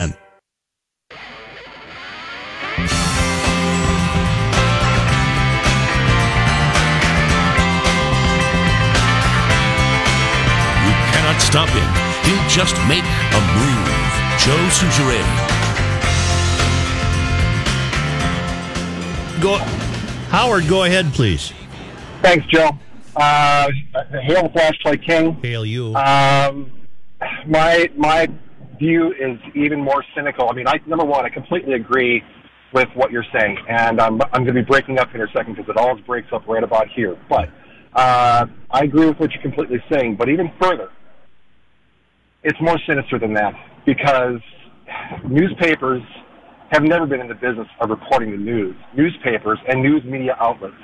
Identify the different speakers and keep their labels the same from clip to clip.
Speaker 1: And
Speaker 2: You cannot stop him. He'll just make a move. Joe Sugere.
Speaker 1: go, Howard, go ahead, please.
Speaker 3: Thanks, Joe. Uh, hail the flashlight king.
Speaker 1: Hail you.
Speaker 3: Um, my my view is even more cynical. I mean, I number one, I completely agree with what you're saying, and I'm I'm going to be breaking up in a second because it all breaks up right about here. But uh, I agree with what you're completely saying. But even further, it's more sinister than that because newspapers have never been in the business of reporting the news. Newspapers and news media outlets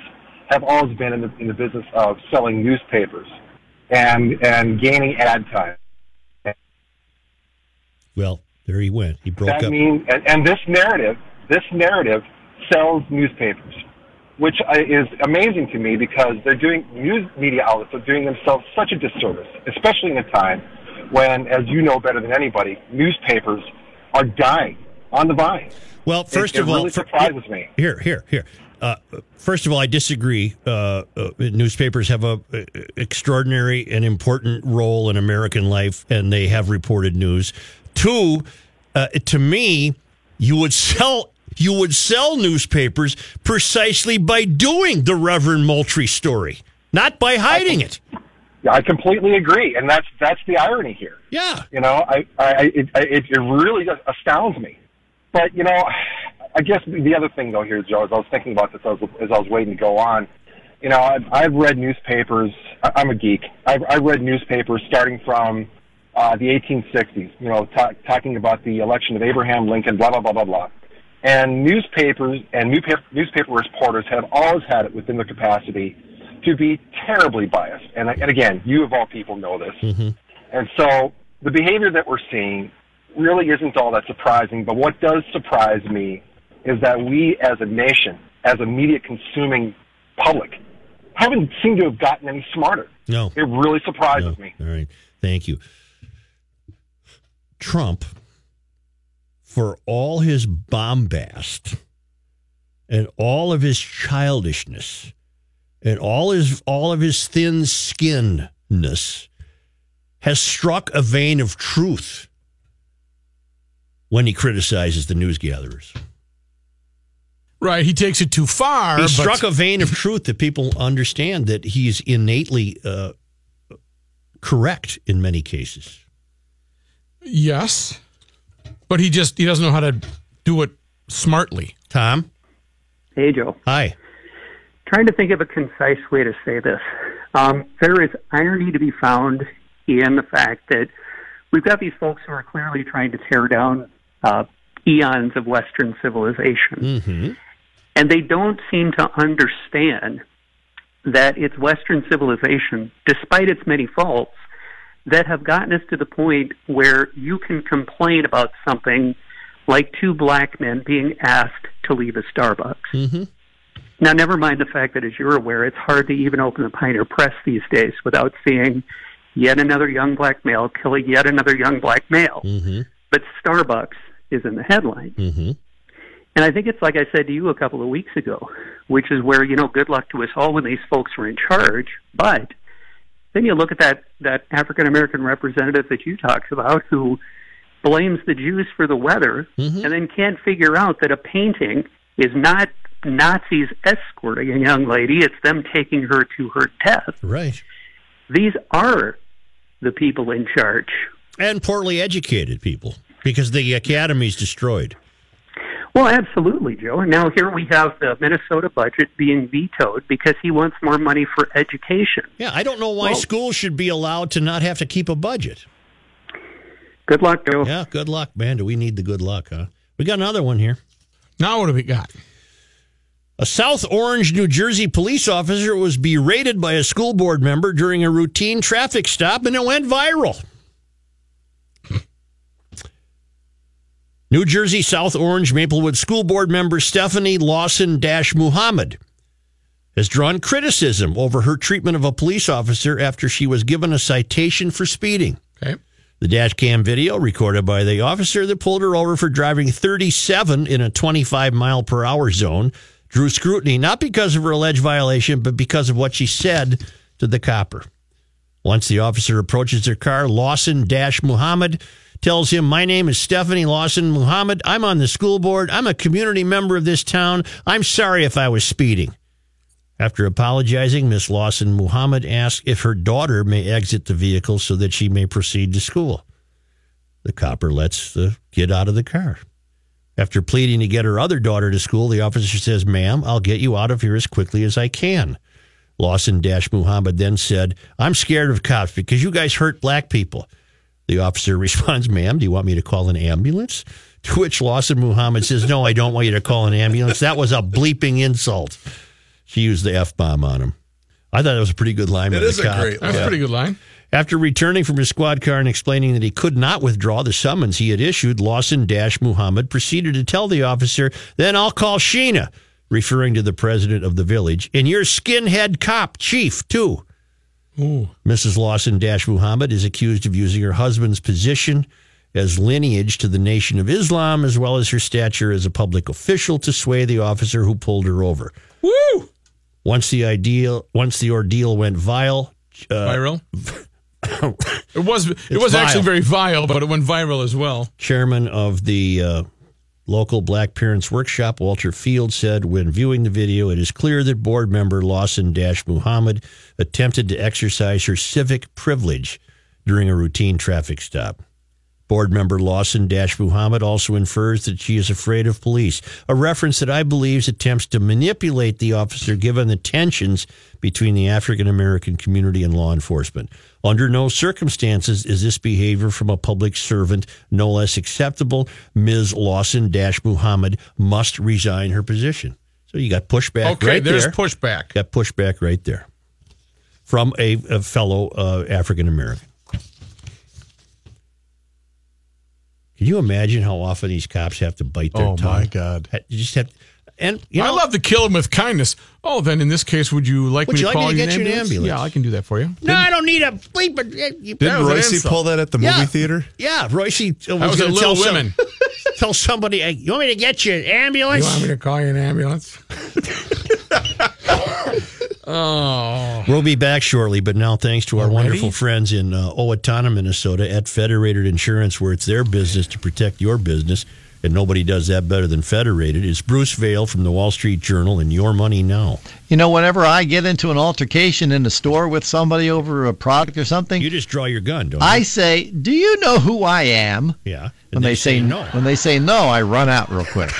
Speaker 3: have always been in the, in the business of selling newspapers and and gaining ad time.
Speaker 1: Well, there he went. He broke
Speaker 3: I
Speaker 1: up.
Speaker 3: mean, and, and this narrative, this narrative sells newspapers, which I- is amazing to me because they're doing news media outlets are doing themselves such a disservice, especially in a time when, as you know better than anybody, newspapers are dying on the vine.
Speaker 1: Well, first
Speaker 3: it
Speaker 1: of all,
Speaker 3: really
Speaker 1: fir-
Speaker 3: surprises me.
Speaker 1: Here, here, here. Uh, first of all, I disagree. Uh, uh, newspapers have a uh, extraordinary and important role in American life, and they have reported news. Two, uh, to me, you would sell you would sell newspapers precisely by doing the Reverend Moultrie story, not by hiding it.
Speaker 3: Yeah, I completely agree, and that's that's the irony here.
Speaker 1: Yeah.
Speaker 3: You know, I, I I- it, I- it, it really just astounds me. But you know, I guess the other thing though here, Joe, as I was thinking about this as, as I was waiting to go on, you know, I've, I've read newspapers. I- I'm a geek. I've, I've read newspapers starting from uh, the 1860s. You know, ta talking about the election of Abraham Lincoln, blah blah blah blah blah. And newspapers and newspaper, newspaper reporters have always had it within their capacity to be terribly biased. And, and again, you of all people know this.
Speaker 1: Mm-hmm.
Speaker 3: And so the behavior that we're seeing really isn't all that surprising. But what does surprise me is that we as a nation, as a media consuming public, haven't seemed to have gotten any smarter.
Speaker 1: No.
Speaker 3: It really surprises
Speaker 1: No.
Speaker 3: me.
Speaker 1: All right. Thank you. Trump, for all his bombast and all of his childishness and all his all of his thin skinness, has struck a vein of truth when he criticizes the news gatherers.
Speaker 2: Right, he takes it too far.
Speaker 1: He
Speaker 2: but-
Speaker 1: struck a vein of truth that people understand that he's innately uh, correct in many cases.
Speaker 2: yes, but he just he doesn't know how to do it smartly.
Speaker 1: Tom,
Speaker 4: Hey, Joe.
Speaker 1: hi.
Speaker 4: Trying to think of a concise way to say this. Um, there is irony to be found in the fact that we've got these folks who are clearly trying to tear down uh, eons of Western civilization. And they don't seem to understand that it's Western civilization, despite its many faults, that have gotten us to the point where you can complain about something like two black men being asked to leave a Starbucks. Now, never mind the fact that, as you're aware, it's hard to even open the Pioneer Press these days without seeing yet another young black male kill yet another young black male. But Starbucks is in the headline. And I think it's like I said to you a couple of weeks ago, which is where, you know, good luck to us all when these folks were in charge. But then you look at that, that African American representative that you talked about who blames the Jews for the weather
Speaker 1: Mm-hmm.
Speaker 4: and then can't figure out that a painting is not Nazis escorting a young lady, it's them taking her to her death.
Speaker 1: Right.
Speaker 4: These are the people in charge.
Speaker 1: And poorly educated people because the academy's destroyed.
Speaker 4: Well, absolutely, Joe. And now here we have the Minnesota budget being vetoed because he wants more money for education.
Speaker 1: Yeah, I don't know why
Speaker 4: Well-
Speaker 1: schools should be allowed to not have to keep a budget.
Speaker 4: Good luck, Bill.
Speaker 1: Yeah, good luck, man. Do we need the good luck, huh? We got another one here.
Speaker 2: Now what have we got?
Speaker 1: A South Orange, New Jersey police officer was berated by a school board member during a routine traffic stop and it went viral. New Jersey South Orange Maplewood School Board member Stephanie Lawson Dash Muhammad has drawn criticism over her treatment of a police officer after she was given a citation for speeding.
Speaker 2: Okay.
Speaker 1: The dash cam video recorded by the officer that pulled her over for driving 37 in a 25 mile per hour zone drew scrutiny not because of her alleged violation, but because of what she said to the copper. Once the officer approaches their car, Lawson Dash Muhammad tells him, My name is Stephanie Lawson Muhammad. I'm on the school board. I'm a community member of this town. I'm sorry if I was speeding. After apologizing, Miss Lawson Muhammad asks if her daughter may exit the vehicle so that she may proceed to school. The copper lets the kid out of the car. After pleading to get her other daughter to school, the officer says, Ma'am, I'll get you out of here as quickly as I can. Lawson Dash Muhammad then said, I'm scared of cops because you guys hurt black people. The officer responds, Ma'am, do you want me to call an ambulance? To which Lawson Muhammad says, No, I don't want you to call an ambulance. That was a bleeping insult. She used the F bomb on him. I thought that was a pretty good line. by
Speaker 5: It
Speaker 1: the
Speaker 5: is a
Speaker 1: cop.
Speaker 5: great
Speaker 2: That's a pretty good line.
Speaker 1: After returning from his squad car and explaining that he could not withdraw the summons he had issued, Lawson Dash Muhammad proceeded to tell the officer, Then I'll call Sheena, referring to the president of the village, and your skinhead cop chief, too.
Speaker 2: Ooh.
Speaker 1: Mrs. Lawson Dash Muhammad is accused of using her husband's position as lineage to the Nation of Islam, as well as her stature as a public official, to sway the officer who pulled her over.
Speaker 2: Woo!
Speaker 1: Once the ideal, once the ordeal went vile, uh,
Speaker 2: viral. it was it was
Speaker 1: vile.
Speaker 2: actually very vile, but it went viral as well.
Speaker 1: chairman of the uh, local Black Parents Workshop, Walter Field, said when viewing the video, it is clear that board member Lawson Dash Muhammad attempted to exercise her civic privilege during a routine traffic stop. Board member Lawson Dash Muhammad also infers that she is afraid of police, a reference that I believe attempts to manipulate the officer given the tensions between the African American community and law enforcement. Under no circumstances is this behavior from a public servant no less acceptable. Ms. Lawson Dash Muhammad must resign her position. So you got pushback
Speaker 2: Okay,
Speaker 1: right
Speaker 2: there's
Speaker 1: there.
Speaker 2: pushback.
Speaker 1: got pushback right there from a, a fellow uh, African American. Can you imagine how often these cops have to bite their
Speaker 5: Oh,
Speaker 1: tongue?
Speaker 5: my God.
Speaker 1: Ha- You just have, and you know,
Speaker 2: I love to kill him with kindness. Oh, then in this case, would you like
Speaker 1: Would
Speaker 2: me
Speaker 1: you
Speaker 2: to
Speaker 1: like
Speaker 2: call
Speaker 1: me to
Speaker 2: an
Speaker 1: get you an ambulance?
Speaker 2: Yeah, I can do that for you.
Speaker 1: no, I don't need a bleep. But uh,
Speaker 5: Didn't Royce pull that at the movie
Speaker 1: Yeah.
Speaker 5: theater?
Speaker 1: Yeah, Royce uh, was,
Speaker 2: That was a
Speaker 1: gonna tell
Speaker 2: little
Speaker 1: some-
Speaker 2: women.
Speaker 1: tell somebody, hey, "You want me to get you an ambulance?"
Speaker 2: me to call you an ambulance?
Speaker 1: We'll be back shortly, but now thanks to our wonderful friends in uh, Owatonna, Minnesota at Federated Insurance, where it's their business to protect your business, and nobody does that better than Federated. It's Bruce Vail from the Wall Street Journal and Your Money Now.
Speaker 6: You know, whenever I get into an altercation in the store with somebody over a product or something,
Speaker 1: You just draw your gun, don't you?
Speaker 6: I say, "Do you know who I am?"
Speaker 1: yeah. And
Speaker 6: When they, say,
Speaker 1: no.
Speaker 6: when they say no, I run out real quick.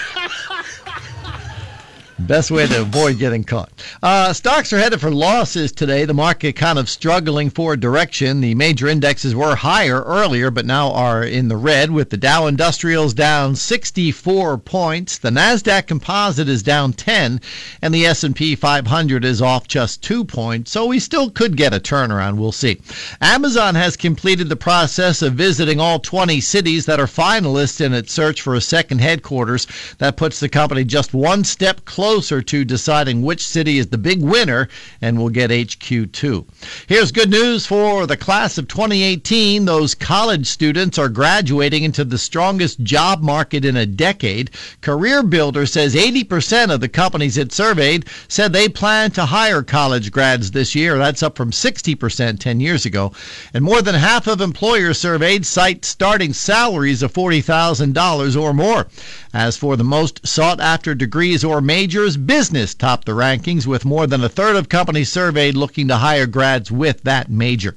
Speaker 6: Best way to avoid getting caught. Uh, stocks are headed for losses today. The market kind of struggling for direction. The major indexes were higher earlier, but now are in the red, with the Dow Industrials down 64 points. The Nasdaq Composite is down 10, and the S&P 500 is off just two points. So we still could get a turnaround. We'll see. Amazon has completed the process of visiting all 20 cities that are finalists in its search for a second headquarters. That puts the company just one step closer to deciding which city is the big winner and will get HQ2. Here's good news for the class of 2018. Those college students are graduating into the strongest job market in a decade. Career Builder says 80% of the companies it surveyed said they plan to hire college grads this year. That's up from 60% 10 years ago. And more than half of employers surveyed cite starting salaries of $40,000 or more. As for the most sought after degrees or majors, business topped the rankings with more than a third of companies surveyed looking to hire grads with that major.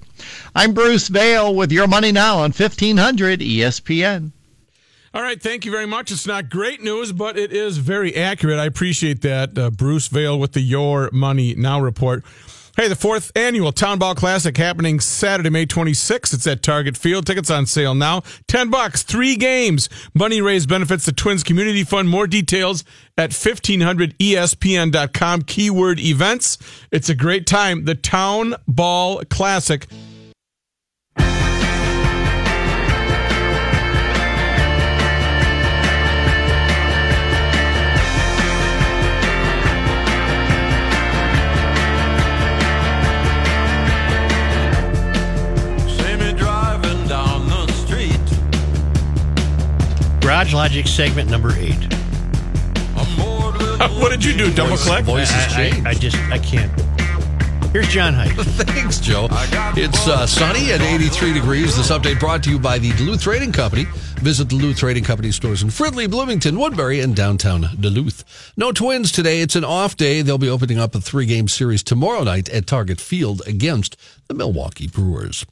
Speaker 6: I'm Bruce Vail with Your Money Now on E 1500 ESPN.
Speaker 2: All right, thank you very much. It's not great news, but it is very accurate. I appreciate that, uh, Bruce Vail with the Your Money Now report. Hey, the fourth annual Town Ball Classic happening Saturday, May 26th. It's at Target Field. Tickets on sale now. 10 bucks, three games. Money raised benefits the Twins Community Fund. More details at E 1500ESPN.com. Keyword events. It's a great time. The Town Ball Classic.
Speaker 1: Garage Logic segment number eight.
Speaker 2: what did you do? Double
Speaker 1: Voice-
Speaker 2: click?
Speaker 1: voices I, I, I just I can't. Here's John Hyde.
Speaker 7: Thanks, Joe. It's uh, sunny at 83 degrees. This update brought to you by the Duluth Trading Company. Visit the Duluth Trading Company stores in Fridley, Bloomington, Woodbury, and downtown Duluth. No twins today. It's an off day. They'll be opening up a three game series tomorrow night at Target Field against the Milwaukee Brewers.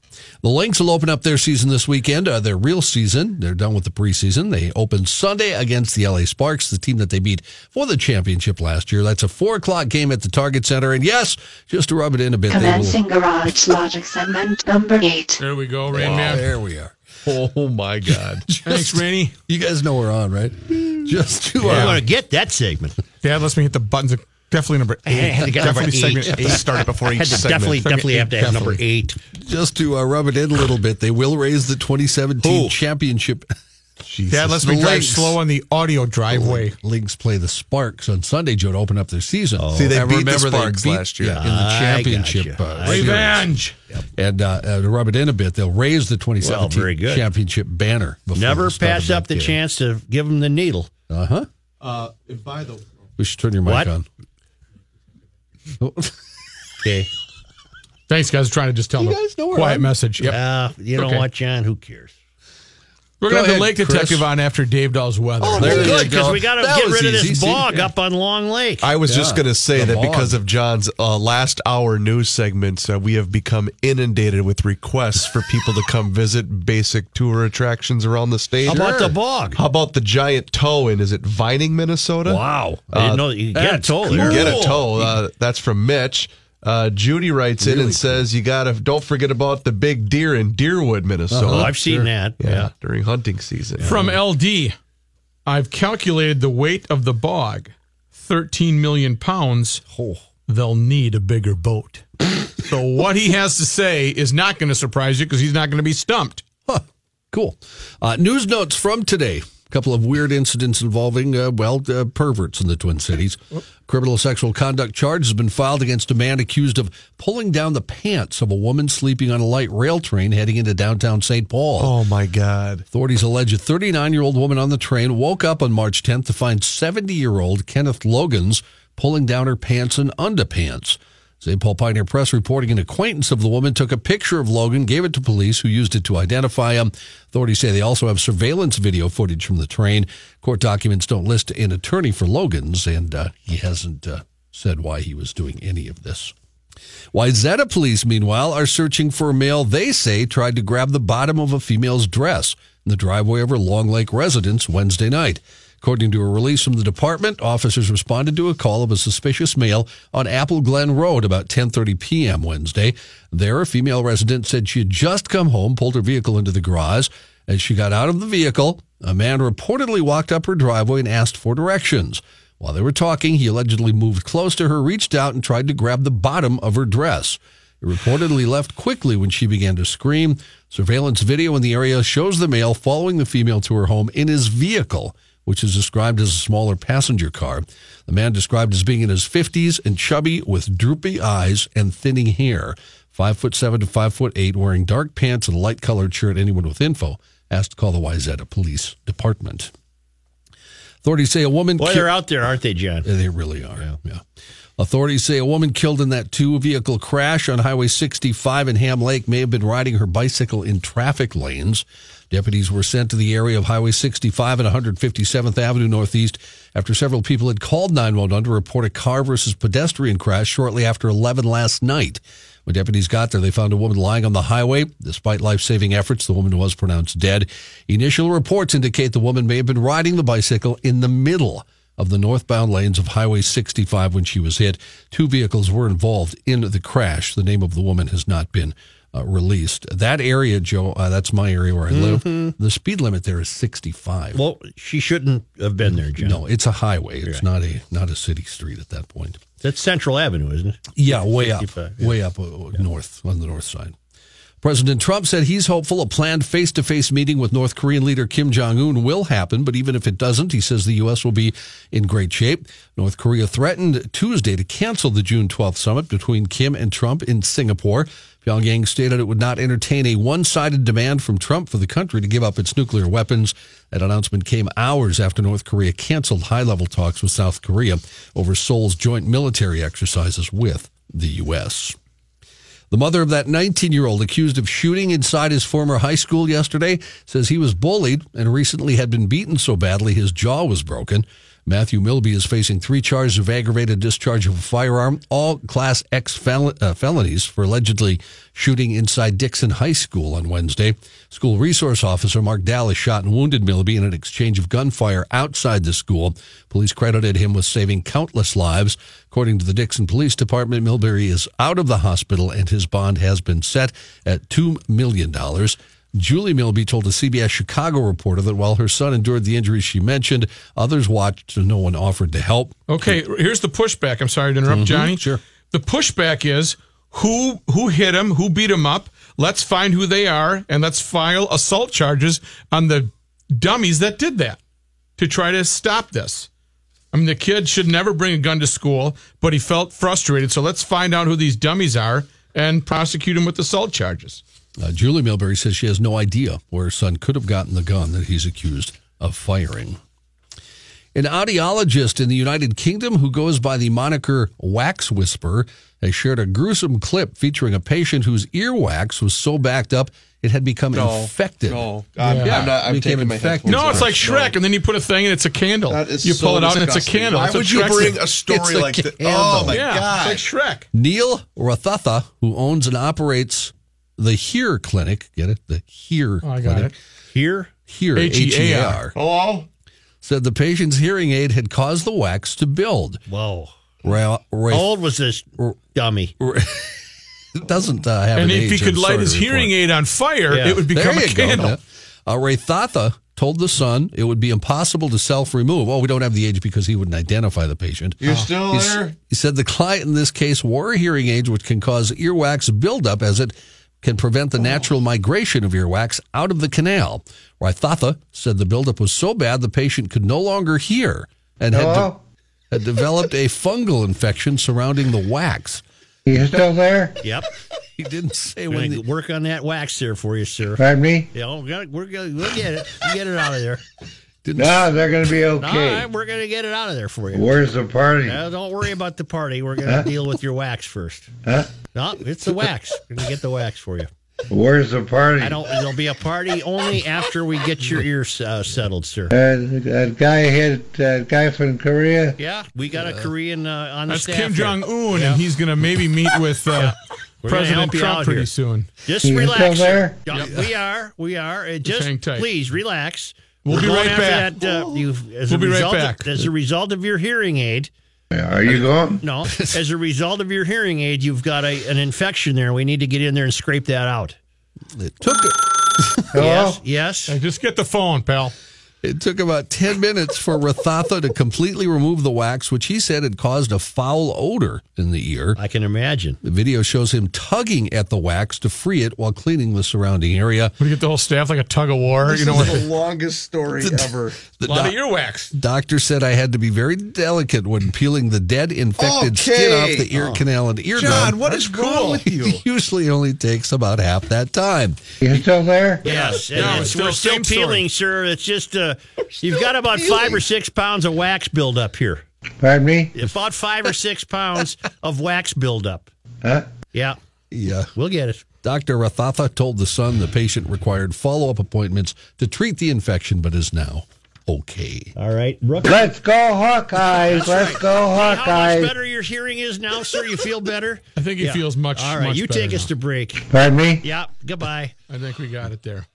Speaker 7: The Lynx will open up their season this weekend, uh, their real season. They're done with the preseason. They open Sunday against the LA Sparks, the team that they beat for the championship last year. That's a four o'clock game at the Target Center. And yes, just to rub it in a bit, they will.
Speaker 8: Commencing garage logic segment number eight.
Speaker 2: There we go, Rain
Speaker 7: Wow,
Speaker 2: Man.
Speaker 7: There we are. Oh my God.
Speaker 2: Thanks, Rainy.
Speaker 7: You guys know we're on, right? Just to
Speaker 1: You
Speaker 7: our
Speaker 1: want to get that segment?
Speaker 2: Dad lets me hit the buttons. Definitely number eight.
Speaker 1: had to get number
Speaker 2: definitely
Speaker 1: eight.
Speaker 2: segment.
Speaker 5: They start it before
Speaker 1: I
Speaker 5: each
Speaker 1: had to
Speaker 5: segment.
Speaker 1: definitely definitely have to have number eight.
Speaker 7: just to uh, rub it in a little bit, they will raise the 2017
Speaker 1: Who?
Speaker 7: championship. Jesus.
Speaker 2: Dad lets
Speaker 7: The
Speaker 2: me drive
Speaker 7: Lynx.
Speaker 2: slow on the audio driveway.
Speaker 7: Lynx play the Sparks on Sunday, Joe, to open up their season.
Speaker 5: Oh. See, they
Speaker 7: I
Speaker 5: beat the
Speaker 7: remember they
Speaker 5: Sparks
Speaker 7: beat-
Speaker 5: last year.
Speaker 7: yeah, in the
Speaker 1: I
Speaker 7: championship.
Speaker 1: gotcha.
Speaker 7: uh,
Speaker 1: I
Speaker 7: series.
Speaker 2: Revenge.
Speaker 7: and uh, uh, to rub it in a bit, they'll raise the 2017
Speaker 1: Well, very good.
Speaker 7: championship banner. before
Speaker 1: Never
Speaker 7: the start of
Speaker 1: pass
Speaker 7: that
Speaker 1: up the
Speaker 7: game.
Speaker 1: chance to give him the needle.
Speaker 7: Uh-huh.
Speaker 5: Uh, and by the
Speaker 7: We should turn your mic
Speaker 1: What?
Speaker 7: on. Oh,
Speaker 1: Okay.
Speaker 2: Thanks, guys. Trying to just tell
Speaker 7: You
Speaker 2: them
Speaker 7: guys know we're
Speaker 2: quiet
Speaker 7: on.
Speaker 2: message. Yep.
Speaker 1: Uh, you know
Speaker 2: Okay.
Speaker 1: what, John? Who cares?
Speaker 2: We're
Speaker 7: Go
Speaker 2: gonna have
Speaker 7: ahead,
Speaker 2: the lake
Speaker 7: Chris.
Speaker 2: detective on after Dave Doll's weather.
Speaker 7: Oh,
Speaker 2: There-
Speaker 7: there you
Speaker 1: Good, because
Speaker 7: go.
Speaker 1: we got to
Speaker 7: That
Speaker 1: get
Speaker 7: was
Speaker 1: rid of
Speaker 7: easy.
Speaker 1: this
Speaker 7: See?
Speaker 1: bog
Speaker 7: Yeah.
Speaker 1: up on Long Lake.
Speaker 5: I was just
Speaker 7: Yeah,
Speaker 5: going to say
Speaker 7: the
Speaker 5: that because
Speaker 7: bog.
Speaker 5: of John's uh, last hour news segments, uh, we have become inundated with requests for people to come visit basic tour attractions around the state.
Speaker 1: How about the bog?
Speaker 5: How about the giant toe in? Is it Vining, Minnesota?
Speaker 1: Wow. I didn't know that you could get a
Speaker 7: that's
Speaker 1: toll
Speaker 7: cool.
Speaker 1: there.
Speaker 5: You get a
Speaker 7: Cool.
Speaker 5: toe. Uh, that's from Mitch. Uh, Judy writes in and says, "You gotta don't forget about the big deer in Deerwood, Minnesota.
Speaker 1: Oh, I've seen that.
Speaker 5: yeah,
Speaker 1: Yeah.
Speaker 5: during hunting season.
Speaker 2: From LD, I've calculated the weight of the bog, 13 million pounds. They'll need a bigger boat. so what he has to say is not going to surprise you because he's not going to be stumped.
Speaker 7: Cool. Uh, news notes from today. A couple of weird incidents involving, uh, well, uh, perverts in the Twin Cities. Criminal sexual conduct charge has been filed against a man accused of pulling down the pants of a woman sleeping on a light rail train heading into downtown St. Paul.
Speaker 5: Oh my God!
Speaker 7: Authorities allege a 39 year old woman on the train woke up on March 10th to find 70 year old Kenneth Logans pulling down her pants and underpants. St. Paul Pioneer Press reporting an acquaintance of the woman took a picture of Logan, gave it to police, who used it to identify him. Authorities say they also have surveillance video footage from the train. Court documents don't list an attorney for Logan's, and uh, he hasn't uh, said why he was doing any of this. Wyzetta police, meanwhile, are searching for a male they say tried to grab the bottom of a female's dress in the driveway of her Long Lake residence Wednesday night. According to a release from the department, officers responded to a call of a suspicious male on Apple Glen Road about 10:30 p.m. Wednesday. There, a female resident said she had just come home, pulled her vehicle into the garage. As she got out of the vehicle, a man reportedly walked up her driveway and asked for directions. While they were talking, he allegedly moved close to her, reached out, and tried to grab the bottom of her dress. He reportedly left quickly when she began to scream. Surveillance video in the area shows the male following the female to her home in his vehicle, which is described as a smaller passenger car. The man described as being in his 50s and chubby with droopy eyes and thinning hair. Five foot seven to five foot eight, wearing dark pants and a light colored shirt. Anyone with info asked to call the Wyzetta Police Department. Authorities say a woman.
Speaker 1: Boy,
Speaker 7: ki-
Speaker 1: they're out there, aren't they, John?
Speaker 7: yeah, They really are. Yeah. Authorities say a woman killed in that two vehicle crash on Highway 65 in Ham Lake may have been riding her bicycle in traffic lanes. Deputies were sent to the area of Highway 65 and 157th Avenue Northeast after several people had called 911 to report a car versus pedestrian crash shortly after 11 last night. When deputies got there, they found a woman lying on the highway. Despite life saving efforts, the woman was pronounced dead. Initial reports indicate the woman may have been riding the bicycle in the middle of the northbound lanes of Highway 65 when she was hit. Two vehicles were involved in the crash. The name of the woman has not been uh, released. That area, Joe, uh, that's my area where I live. The speed limit there is 65.
Speaker 1: Mm-hmm. Well, she shouldn't have been there, John.
Speaker 7: no, it's a highway. It's not a not a city street at that point.
Speaker 1: That's Central Avenue, isn't it?
Speaker 7: Yeah, way up,
Speaker 1: 65, yeah.
Speaker 7: way up uh, north on the north side. President Trump said he's hopeful a planned face to face meeting with North Korean leader Kim Jong un will happen, but even if it doesn't, he says the U.S. will be in great shape. North Korea threatened Tuesday to cancel the June 12th summit between Kim and Trump in Singapore. Pyongyang stated it would not entertain a one sided demand from Trump for the country to give up its nuclear weapons. That announcement came hours after North Korea canceled high level talks with South Korea over Seoul's joint military exercises with the U.S. The mother of that 19 year old accused of shooting inside his former high school yesterday says he was bullied and recently had been beaten so badly his jaw was broken. Matthew Milby is facing three charges of aggravated discharge of a firearm, all Class X fel- uh, felonies for allegedly shooting inside Dixon High School on Wednesday. School resource officer Mark Dallas shot and wounded Milby in an exchange of gunfire outside the school. Police credited him with saving countless lives. According to the Dixon Police Department, Milbury is out of the hospital and his bond has been set at $2 million. Julie Milby told a CBS Chicago reporter that while her son endured the injuries she mentioned, others watched and no one offered to help.
Speaker 2: Okay, here's the pushback. I'm sorry to interrupt, Johnny.
Speaker 7: sure.
Speaker 2: The pushback is who who hit him, who beat him up. Let's find who they are and let's file assault charges on the dummies that did that to try to stop this. I mean, the kid should never bring a gun to school, but he felt frustrated. So let's find out who these dummies are and prosecute him with assault charges.
Speaker 7: Uh, Julie Milbury says she has no idea where her son could have gotten the gun that he's accused of firing. An audiologist in the United Kingdom who goes by the moniker Wax Whisperer has shared a gruesome clip featuring a patient whose earwax was so backed up it had become infected.
Speaker 5: I'm,
Speaker 2: Yeah.
Speaker 5: I'm not. I'm
Speaker 7: Became
Speaker 5: taking my
Speaker 7: infected.
Speaker 5: headphones
Speaker 2: No,
Speaker 5: off.
Speaker 2: it's like Shrek, and then you put a thing and it's a candle.
Speaker 5: That is
Speaker 2: You
Speaker 5: so
Speaker 2: pull it out and it's a
Speaker 5: disgusting.
Speaker 2: candle.
Speaker 5: Why
Speaker 2: That's what
Speaker 5: would you
Speaker 2: Shrek's
Speaker 5: bring
Speaker 2: in.
Speaker 5: a
Speaker 7: It's
Speaker 5: story
Speaker 7: a
Speaker 5: like that?
Speaker 7: candle.
Speaker 5: Oh my
Speaker 2: Yeah,
Speaker 5: god!
Speaker 2: it's like Shrek.
Speaker 7: Neil Rathutha, who owns and operates the Hear Clinic, get it? The Hear
Speaker 2: Oh, I got
Speaker 7: Clinic.
Speaker 2: it.
Speaker 1: Here?
Speaker 7: Hear,
Speaker 1: E
Speaker 2: H-E-A-R.
Speaker 7: H-E-A-R,
Speaker 5: Hello.
Speaker 7: said the patient's hearing aid had caused the wax to build.
Speaker 1: Wow.
Speaker 7: Ra- Ra-
Speaker 1: How old was this dummy?
Speaker 7: doesn't uh, have an
Speaker 2: and if he
Speaker 7: age,
Speaker 2: could
Speaker 7: I'm
Speaker 2: light
Speaker 7: sorry
Speaker 2: his
Speaker 7: to report.
Speaker 2: hearing aid on fire,
Speaker 1: Yeah.
Speaker 2: it would
Speaker 7: There
Speaker 2: become a
Speaker 7: you go.
Speaker 2: candle.
Speaker 7: Yeah. Uh, Ray Thatha told the son it would be impossible to self-remove. Oh, we don't have the age because he wouldn't identify the patient.
Speaker 5: You're still
Speaker 7: He's-
Speaker 5: there.
Speaker 7: He said the client in this case wore a hearing aid, which can cause earwax buildup as it can prevent the natural migration of earwax out of the canal. Rythatha said the buildup was so bad the patient could no longer hear and had, de- had developed a fungal infection surrounding the wax.
Speaker 9: You still there?
Speaker 1: Yep.
Speaker 7: He didn't say
Speaker 1: We're
Speaker 7: when
Speaker 1: gonna
Speaker 7: the,
Speaker 1: work on that wax there for you, sir.
Speaker 9: Pardon me?
Speaker 1: Yeah, oh, God, we're gonna we'll get it. We'll get it out of there.
Speaker 9: No, they're going to be
Speaker 1: All
Speaker 9: okay.
Speaker 1: right, we're gonna get it out of there for you.
Speaker 9: Where's the party?
Speaker 1: Now, don't worry about the party. We're gonna deal with your wax first. No, it's the wax. We're gonna get the wax for you.
Speaker 9: Where's the party?
Speaker 1: I don't. There'll be a party only after we get your ears uh, settled, sir.
Speaker 9: Uh, that guy hit that guy from Korea.
Speaker 1: Yeah, we got a Korean uh, on the
Speaker 2: That's
Speaker 1: staff
Speaker 2: Kim
Speaker 1: here.
Speaker 2: Jong Un, and he's going to maybe meet with uh,
Speaker 1: We're gonna
Speaker 2: President
Speaker 1: help you
Speaker 2: Trump
Speaker 1: out
Speaker 2: pretty
Speaker 1: here.
Speaker 2: soon.
Speaker 1: Just
Speaker 9: You still
Speaker 1: relax.
Speaker 9: there?
Speaker 1: sir. Yeah, We are. We are. And just
Speaker 2: hang tight.
Speaker 1: please relax.
Speaker 2: We'll be
Speaker 1: Going
Speaker 2: right
Speaker 1: after
Speaker 2: back.
Speaker 1: That, uh, you've, as a
Speaker 2: We'll be right
Speaker 1: result of-
Speaker 2: back.
Speaker 1: as a result of your hearing aid,
Speaker 9: Are you going?
Speaker 1: no, as a result of your hearing aid, you've got a, an infection there. We need to get in there and scrape that out.
Speaker 7: it took
Speaker 9: Hello?
Speaker 1: Yes. Yes.
Speaker 2: Hey, just get the phone, pal.
Speaker 7: It took about 10 minutes for Rathatha to completely remove the wax, which he said had caused a foul odor in the ear.
Speaker 1: I can imagine.
Speaker 7: The video shows him tugging at the wax to free it while cleaning the surrounding area.
Speaker 2: We get the whole staff like a tug of war.
Speaker 5: This
Speaker 2: you know
Speaker 5: is
Speaker 2: what?
Speaker 5: the longest story ever.
Speaker 7: The
Speaker 2: A lot
Speaker 7: doc-
Speaker 2: of earwax.
Speaker 7: doctor said I had to be very delicate when peeling the dead infected skin off
Speaker 5: Okay. Oh.
Speaker 7: the ear canal and eardrum.
Speaker 5: John, what is wrong with you?
Speaker 7: It usually only takes about half that time.
Speaker 9: You still there?
Speaker 1: Yes. and
Speaker 2: No,
Speaker 1: it's-
Speaker 2: it's still
Speaker 1: we're still
Speaker 2: same story.
Speaker 1: peeling, sir. It's just uh, you've got about five or six pounds of wax buildup here.
Speaker 9: Pardon me?
Speaker 1: About five or six pounds of wax buildup.
Speaker 9: Huh?
Speaker 1: Yeah,
Speaker 7: Yeah.
Speaker 1: we'll get it.
Speaker 7: Dr. Rathatha told the son the patient required follow up appointments to treat the infection, but is now okay.
Speaker 1: All right, Brooke.
Speaker 9: Let's go Hawkeyes!
Speaker 1: That's
Speaker 9: Let's
Speaker 1: right.
Speaker 9: go
Speaker 1: See How much
Speaker 9: Hawkeyes!
Speaker 1: better your hearing is now, sir? You feel better?
Speaker 2: I think he
Speaker 1: Yeah.
Speaker 2: feels much.
Speaker 1: All right,
Speaker 2: much
Speaker 1: you
Speaker 2: better
Speaker 1: take us
Speaker 2: now.
Speaker 1: to break.
Speaker 9: Pardon me?
Speaker 1: Yeah, goodbye.
Speaker 2: I think we got it there.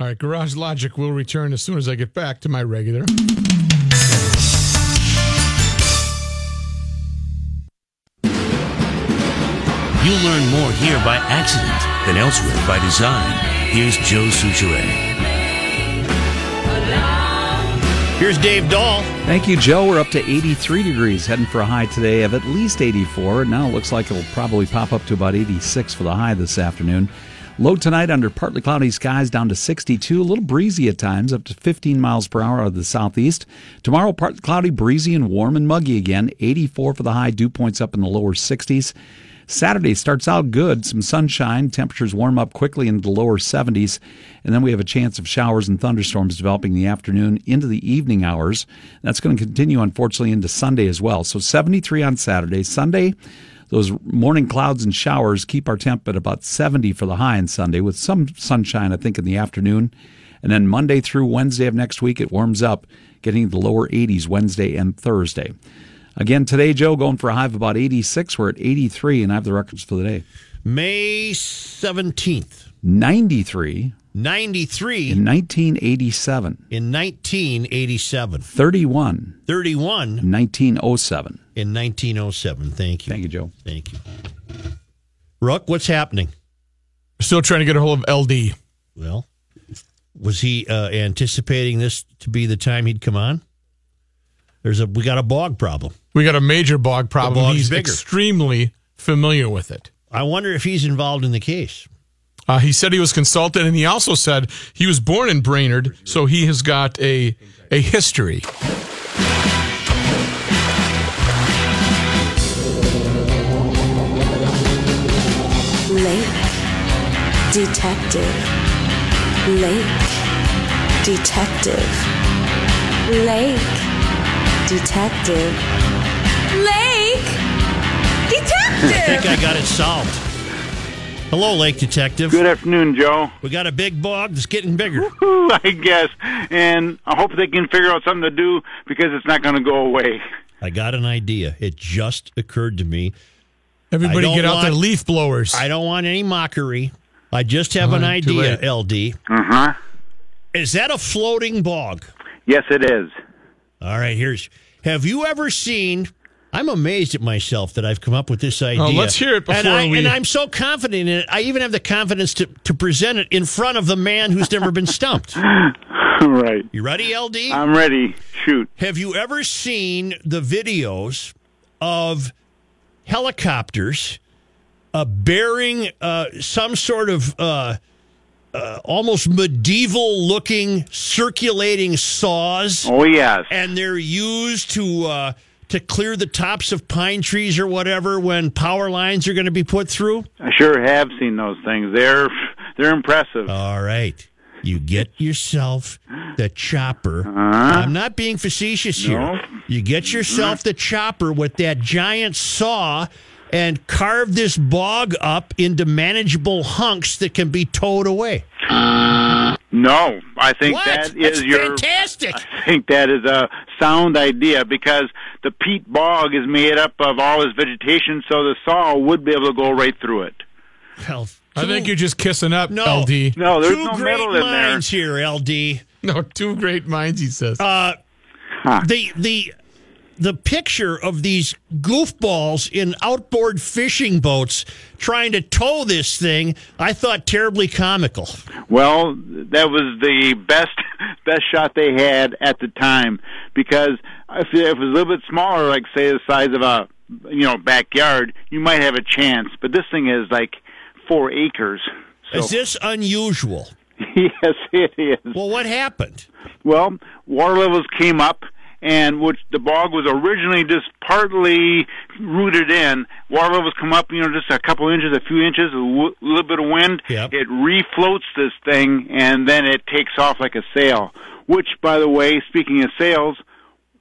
Speaker 2: All right, Garage Logic will return as soon as I get back to my regular.
Speaker 10: You'll learn more here by accident than elsewhere by design. Here's Joe Souchere.
Speaker 1: Here's Dave Dahl.
Speaker 11: Thank you, Joe. We're up to 83 degrees, heading for a high today of at least 84. Now it looks like it'll probably pop up to about 86 for the high this afternoon. Low tonight under partly cloudy skies down to 62, a little breezy at times, up to 15 miles per hour out of the southeast. Tomorrow, partly cloudy, breezy, and warm and muggy again. 84 for the high, dew points up in the lower 60s. Saturday starts out good, some sunshine, temperatures warm up quickly into the lower 70s, and then we have a chance of showers and thunderstorms developing in the afternoon into the evening hours. That's going to continue, unfortunately, into Sunday as well. So 73 on Saturday. Sunday, those morning clouds and showers keep our temp at about 70 for the high on Sunday, with some sunshine, I think, in the afternoon. And then Monday through Wednesday of next week, it warms up, getting into the lower 80s Wednesday and Thursday. Again, today, Joe, going for a high of about 86. We're at 83, and I have the records for the day.
Speaker 1: May 17th.
Speaker 11: 93
Speaker 1: 93
Speaker 11: in 1987,
Speaker 1: in 1987.
Speaker 11: 31
Speaker 1: 31
Speaker 11: in 1907.
Speaker 1: in 1907. Thank you.
Speaker 11: Thank you, Joe.
Speaker 1: Thank you. Ruck, what's happening?
Speaker 2: Still trying to get a hold of LD.
Speaker 1: Well, was he uh, anticipating this to be the time he'd come on? There's a we got a bog problem.
Speaker 2: We got a major bog problem.
Speaker 1: bog's
Speaker 2: He's
Speaker 1: bigger.
Speaker 2: extremely familiar with it.
Speaker 1: I wonder if he's involved in the case.
Speaker 2: Uh, he said he was consulted, and he also said he was born in Brainerd, so he has got a a history.
Speaker 12: Lake Detective. Lake Detective. Lake Detective. Lake
Speaker 1: I
Speaker 12: Detective!
Speaker 1: think I got it solved. Hello, Lake Detective.
Speaker 13: Good afternoon, Joe.
Speaker 1: We got a big bog that's getting bigger.
Speaker 13: Whew, I guess. And I hope they can figure out something to do because it's not going to go away.
Speaker 1: I got an idea. It just occurred to me. I
Speaker 2: Everybody
Speaker 1: don't
Speaker 2: get out their
Speaker 1: want-
Speaker 2: leaf blowers.
Speaker 1: I don't want any mockery. I just have an
Speaker 2: Alright, too
Speaker 1: idea, LD.
Speaker 2: late.
Speaker 13: Uh huh.
Speaker 1: Is that a floating bog?
Speaker 13: Yes, it is.
Speaker 1: All right, here's. Have you ever seen? I'm amazed at myself that I've come up with this idea.
Speaker 2: Oh, let's hear it
Speaker 1: and,
Speaker 2: before
Speaker 1: I,
Speaker 2: we-
Speaker 1: and I'm so confident in it. I even have the confidence to, to present it in front of the man who's never been stumped.
Speaker 13: right.
Speaker 1: You ready, LD?
Speaker 13: I'm ready. Shoot.
Speaker 1: Have you ever seen the videos of helicopters uh, bearing uh, some sort of uh, uh, almost medieval looking circulating saws?
Speaker 13: Oh, yes.
Speaker 1: and they're used to uh, to clear the tops of pine trees or whatever when power lines are going to be put through.
Speaker 13: I sure have seen those things. They're they're impressive.
Speaker 1: All right, you get yourself the chopper. I'm not being facetious
Speaker 13: No.
Speaker 1: here. You get yourself the chopper with that giant saw. And carve this bog up into manageable hunks that can be towed away.
Speaker 13: no, I think
Speaker 1: What?
Speaker 13: that
Speaker 1: That's
Speaker 13: is your
Speaker 1: fantastic.
Speaker 13: I think that is a sound idea because the peat bog is made up of all this vegetation, so the saw would be able to go right through it.
Speaker 1: Well,
Speaker 2: I think you're just kissing up,
Speaker 1: No.
Speaker 2: LD.
Speaker 13: No, there's
Speaker 1: two
Speaker 13: no
Speaker 1: great
Speaker 13: metal in there.
Speaker 1: minds here, LD.
Speaker 2: No, two great minds, he says.
Speaker 1: uh, the the the picture of these goofballs in outboard fishing boats trying to tow this thing, I thought terribly comical.
Speaker 13: Well, that was the best best shot they had at the time because if it was a little bit smaller, like say the size of a you know backyard, you might have a chance. But this thing is like four acres. So
Speaker 1: Is this unusual?
Speaker 13: yes, it is.
Speaker 1: Well, what happened?
Speaker 13: Well, water levels came up, and which the bog was originally just partly rooted in. Water levels come up, you know, just a couple inches, a few inches, a w- little bit of wind.
Speaker 1: Yep.
Speaker 13: It refloats this thing, and then it takes off like a sail. Which, by the way, speaking of sails,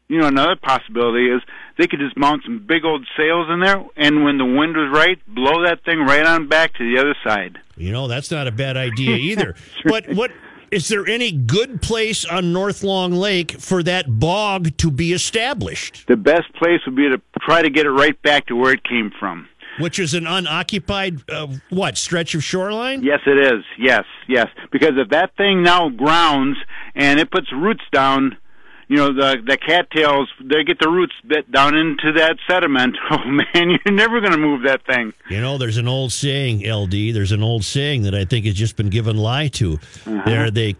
Speaker 13: you know, another possibility is they could just mount some big old sails in there, and when the wind was right, blow that thing right on back to the other side.
Speaker 1: You know, that's not a bad idea either. But what is there any good place on North Long Lake for that bog to be established,
Speaker 13: The best place would be to try to get it right back to where it came from.
Speaker 1: which is an unoccupied uh, what stretch of shoreline?
Speaker 13: Yes, it is. Yes, yes. Because if that thing now grounds and it puts roots down, you know the the cattails they get the roots bit down into that sediment. Oh man, you're never going to move that thing.
Speaker 1: You know, there's an old saying, LD. There's an old saying that I think has just been given lie to. They're they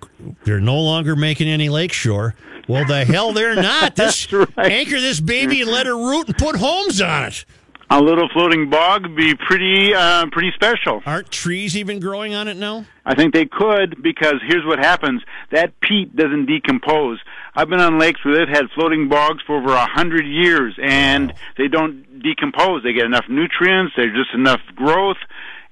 Speaker 1: they're no longer making any lakeshore. Well, the hell they're not. This anchor this baby and let her root and put homes on it.
Speaker 13: A little floating bog would be pretty uh, pretty special.
Speaker 1: Aren't trees even growing on it now?
Speaker 13: I think they could because here's what happens: that peat doesn't decompose. I've been on lakes where they've had floating bogs for over a hundred years, and they don't decompose. They get enough nutrients. There's just enough growth,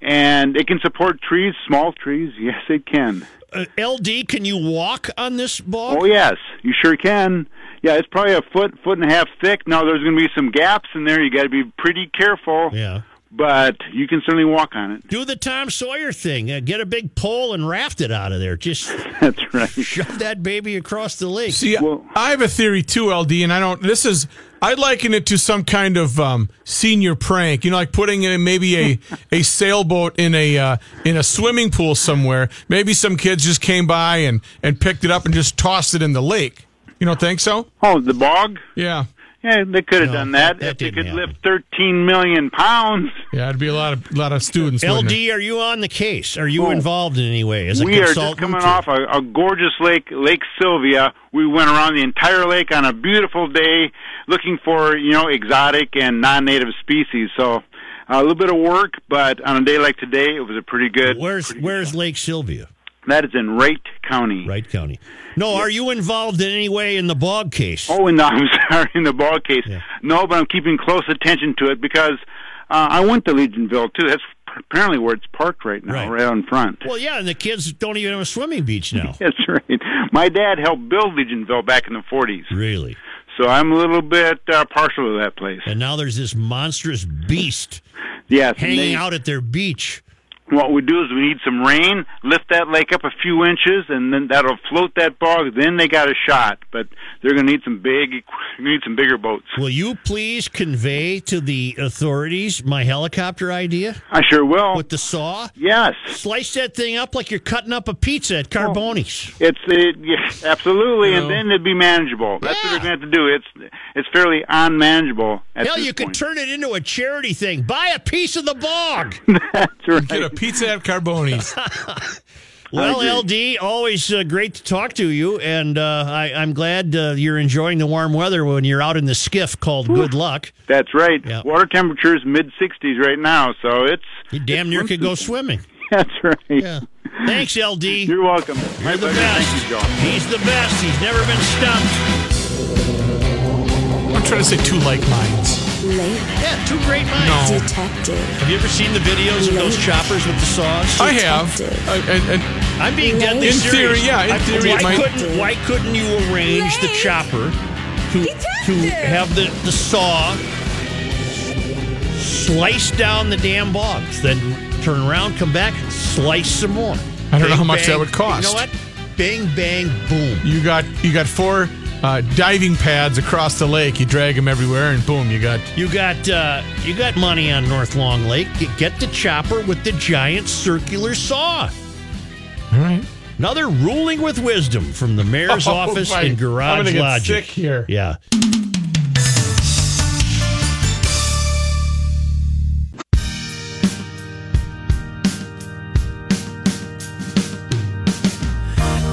Speaker 13: and it can support trees, small trees. Yes, it can.
Speaker 1: Uh, LD, can you walk on this bog?
Speaker 13: Oh yes, you sure can. Yeah, it's probably a foot, foot and a half thick. Now there's going to be some gaps in there. You got to be pretty careful.
Speaker 1: Yeah.
Speaker 13: But you can certainly walk on it.
Speaker 1: Do the Tom Sawyer thing. Uh, get a big pole and raft it out of there. Just
Speaker 13: that's right.
Speaker 1: Shove that baby across the lake.
Speaker 2: See, I have a theory too, LD, and I don't. This is I liken it to some kind of um, senior prank. You know, like putting in maybe a a sailboat in a uh, in a swimming pool somewhere. Maybe some kids just came by and and picked it up and just tossed it in the lake. You don't think so?
Speaker 13: Oh, the bog.
Speaker 2: Yeah.
Speaker 13: Yeah, they could have done that,
Speaker 2: that
Speaker 13: if they
Speaker 2: didn't
Speaker 13: could lift 13 million pounds.
Speaker 2: Yeah, it'd be a lot of lot of students. wouldn't
Speaker 1: LD,
Speaker 2: it?
Speaker 1: are you on the case? Are you
Speaker 13: Oh.
Speaker 1: involved in any way as a
Speaker 13: we are just
Speaker 1: consultant?
Speaker 13: coming off a, a gorgeous lake, Lake Sylvia. We went around the entire lake on a beautiful day, looking for you know exotic and non-native species. So a little bit of work, but on a day like today, it was a pretty good.
Speaker 1: Where's Where's Lake Sylvia?
Speaker 13: That is in Wright County.
Speaker 1: Wright County. No, are you involved in any way in the bog case?
Speaker 13: Oh, in the, I'm sorry, in the ball case. No, but I'm keeping close attention to it because uh, I went to Legionville too. That's apparently where it's parked right now, right, out in front.
Speaker 1: Well, yeah, and the kids don't even have a swimming beach now.
Speaker 13: That's right. My dad helped build Legionville back in the 40s.
Speaker 1: Really?
Speaker 13: So I'm a little bit uh, partial to that place.
Speaker 1: And now there's this monstrous beast
Speaker 13: Yes. and
Speaker 1: hanging
Speaker 13: they-
Speaker 1: out at their beach.
Speaker 13: What we do is we need some rain, lift that lake up a few inches, and then that'll float that bog. Then they got a shot, but they're going to need some big, equ- need some bigger boats.
Speaker 1: Will you please convey to the authorities my helicopter idea?
Speaker 13: I sure will.
Speaker 1: With the saw?
Speaker 13: Yes.
Speaker 1: Slice that thing up like you're cutting up a pizza at Carboni's.
Speaker 13: It's it, yes, absolutely, and then it'd be manageable. That's what they're going to have to do. It's it's fairly unmanageable. At
Speaker 1: Hell,
Speaker 13: this
Speaker 1: you
Speaker 13: point.
Speaker 1: could turn it into a charity thing. Buy a piece of the bog.
Speaker 13: That's right.
Speaker 2: Get a pizza at Carboni's.
Speaker 1: Well, LD, always uh, great to talk to you, and uh, I, I'm glad uh, you're enjoying the warm weather when you're out in the skiff called Good Luck.
Speaker 13: That's right. Water temperature's mid 60s right now, so it's
Speaker 1: You damn near could go swimming.
Speaker 13: That's right.
Speaker 1: Yeah. Thanks, LD. You're
Speaker 13: welcome.
Speaker 1: You're the best. He's the best. He's never been stumped.
Speaker 2: I'm trying to say two like minds.
Speaker 1: Yeah, two great minds.
Speaker 2: No.
Speaker 12: Detective.
Speaker 1: Have you ever seen the videos of those choppers with the saws?
Speaker 2: I have. I, and, and
Speaker 1: I'm being deadly
Speaker 2: In
Speaker 1: serious.
Speaker 2: theory, yeah. In
Speaker 1: I-
Speaker 2: theory, it
Speaker 1: why
Speaker 2: might-
Speaker 1: couldn't why couldn't you arrange the chopper to to have the the saw slice down the damn bogs, then turn around, come back, slice some more.
Speaker 2: I don't know
Speaker 1: Bang,
Speaker 2: how much that
Speaker 1: bang.
Speaker 2: would cost.
Speaker 1: You know what? Bang bang boom.
Speaker 2: You got you got four uh, diving pads across the lake. You drag them everywhere, and boom, you got
Speaker 1: You got uh, you got money on North Long Lake. Get- Get the chopper with the giant circular saw.
Speaker 2: all right.
Speaker 1: Another ruling with wisdom from the mayor's
Speaker 2: Oh,
Speaker 1: office
Speaker 2: my-
Speaker 1: in Garage
Speaker 2: I'm gonna get
Speaker 1: Logic.
Speaker 2: sick here.
Speaker 1: Yeah.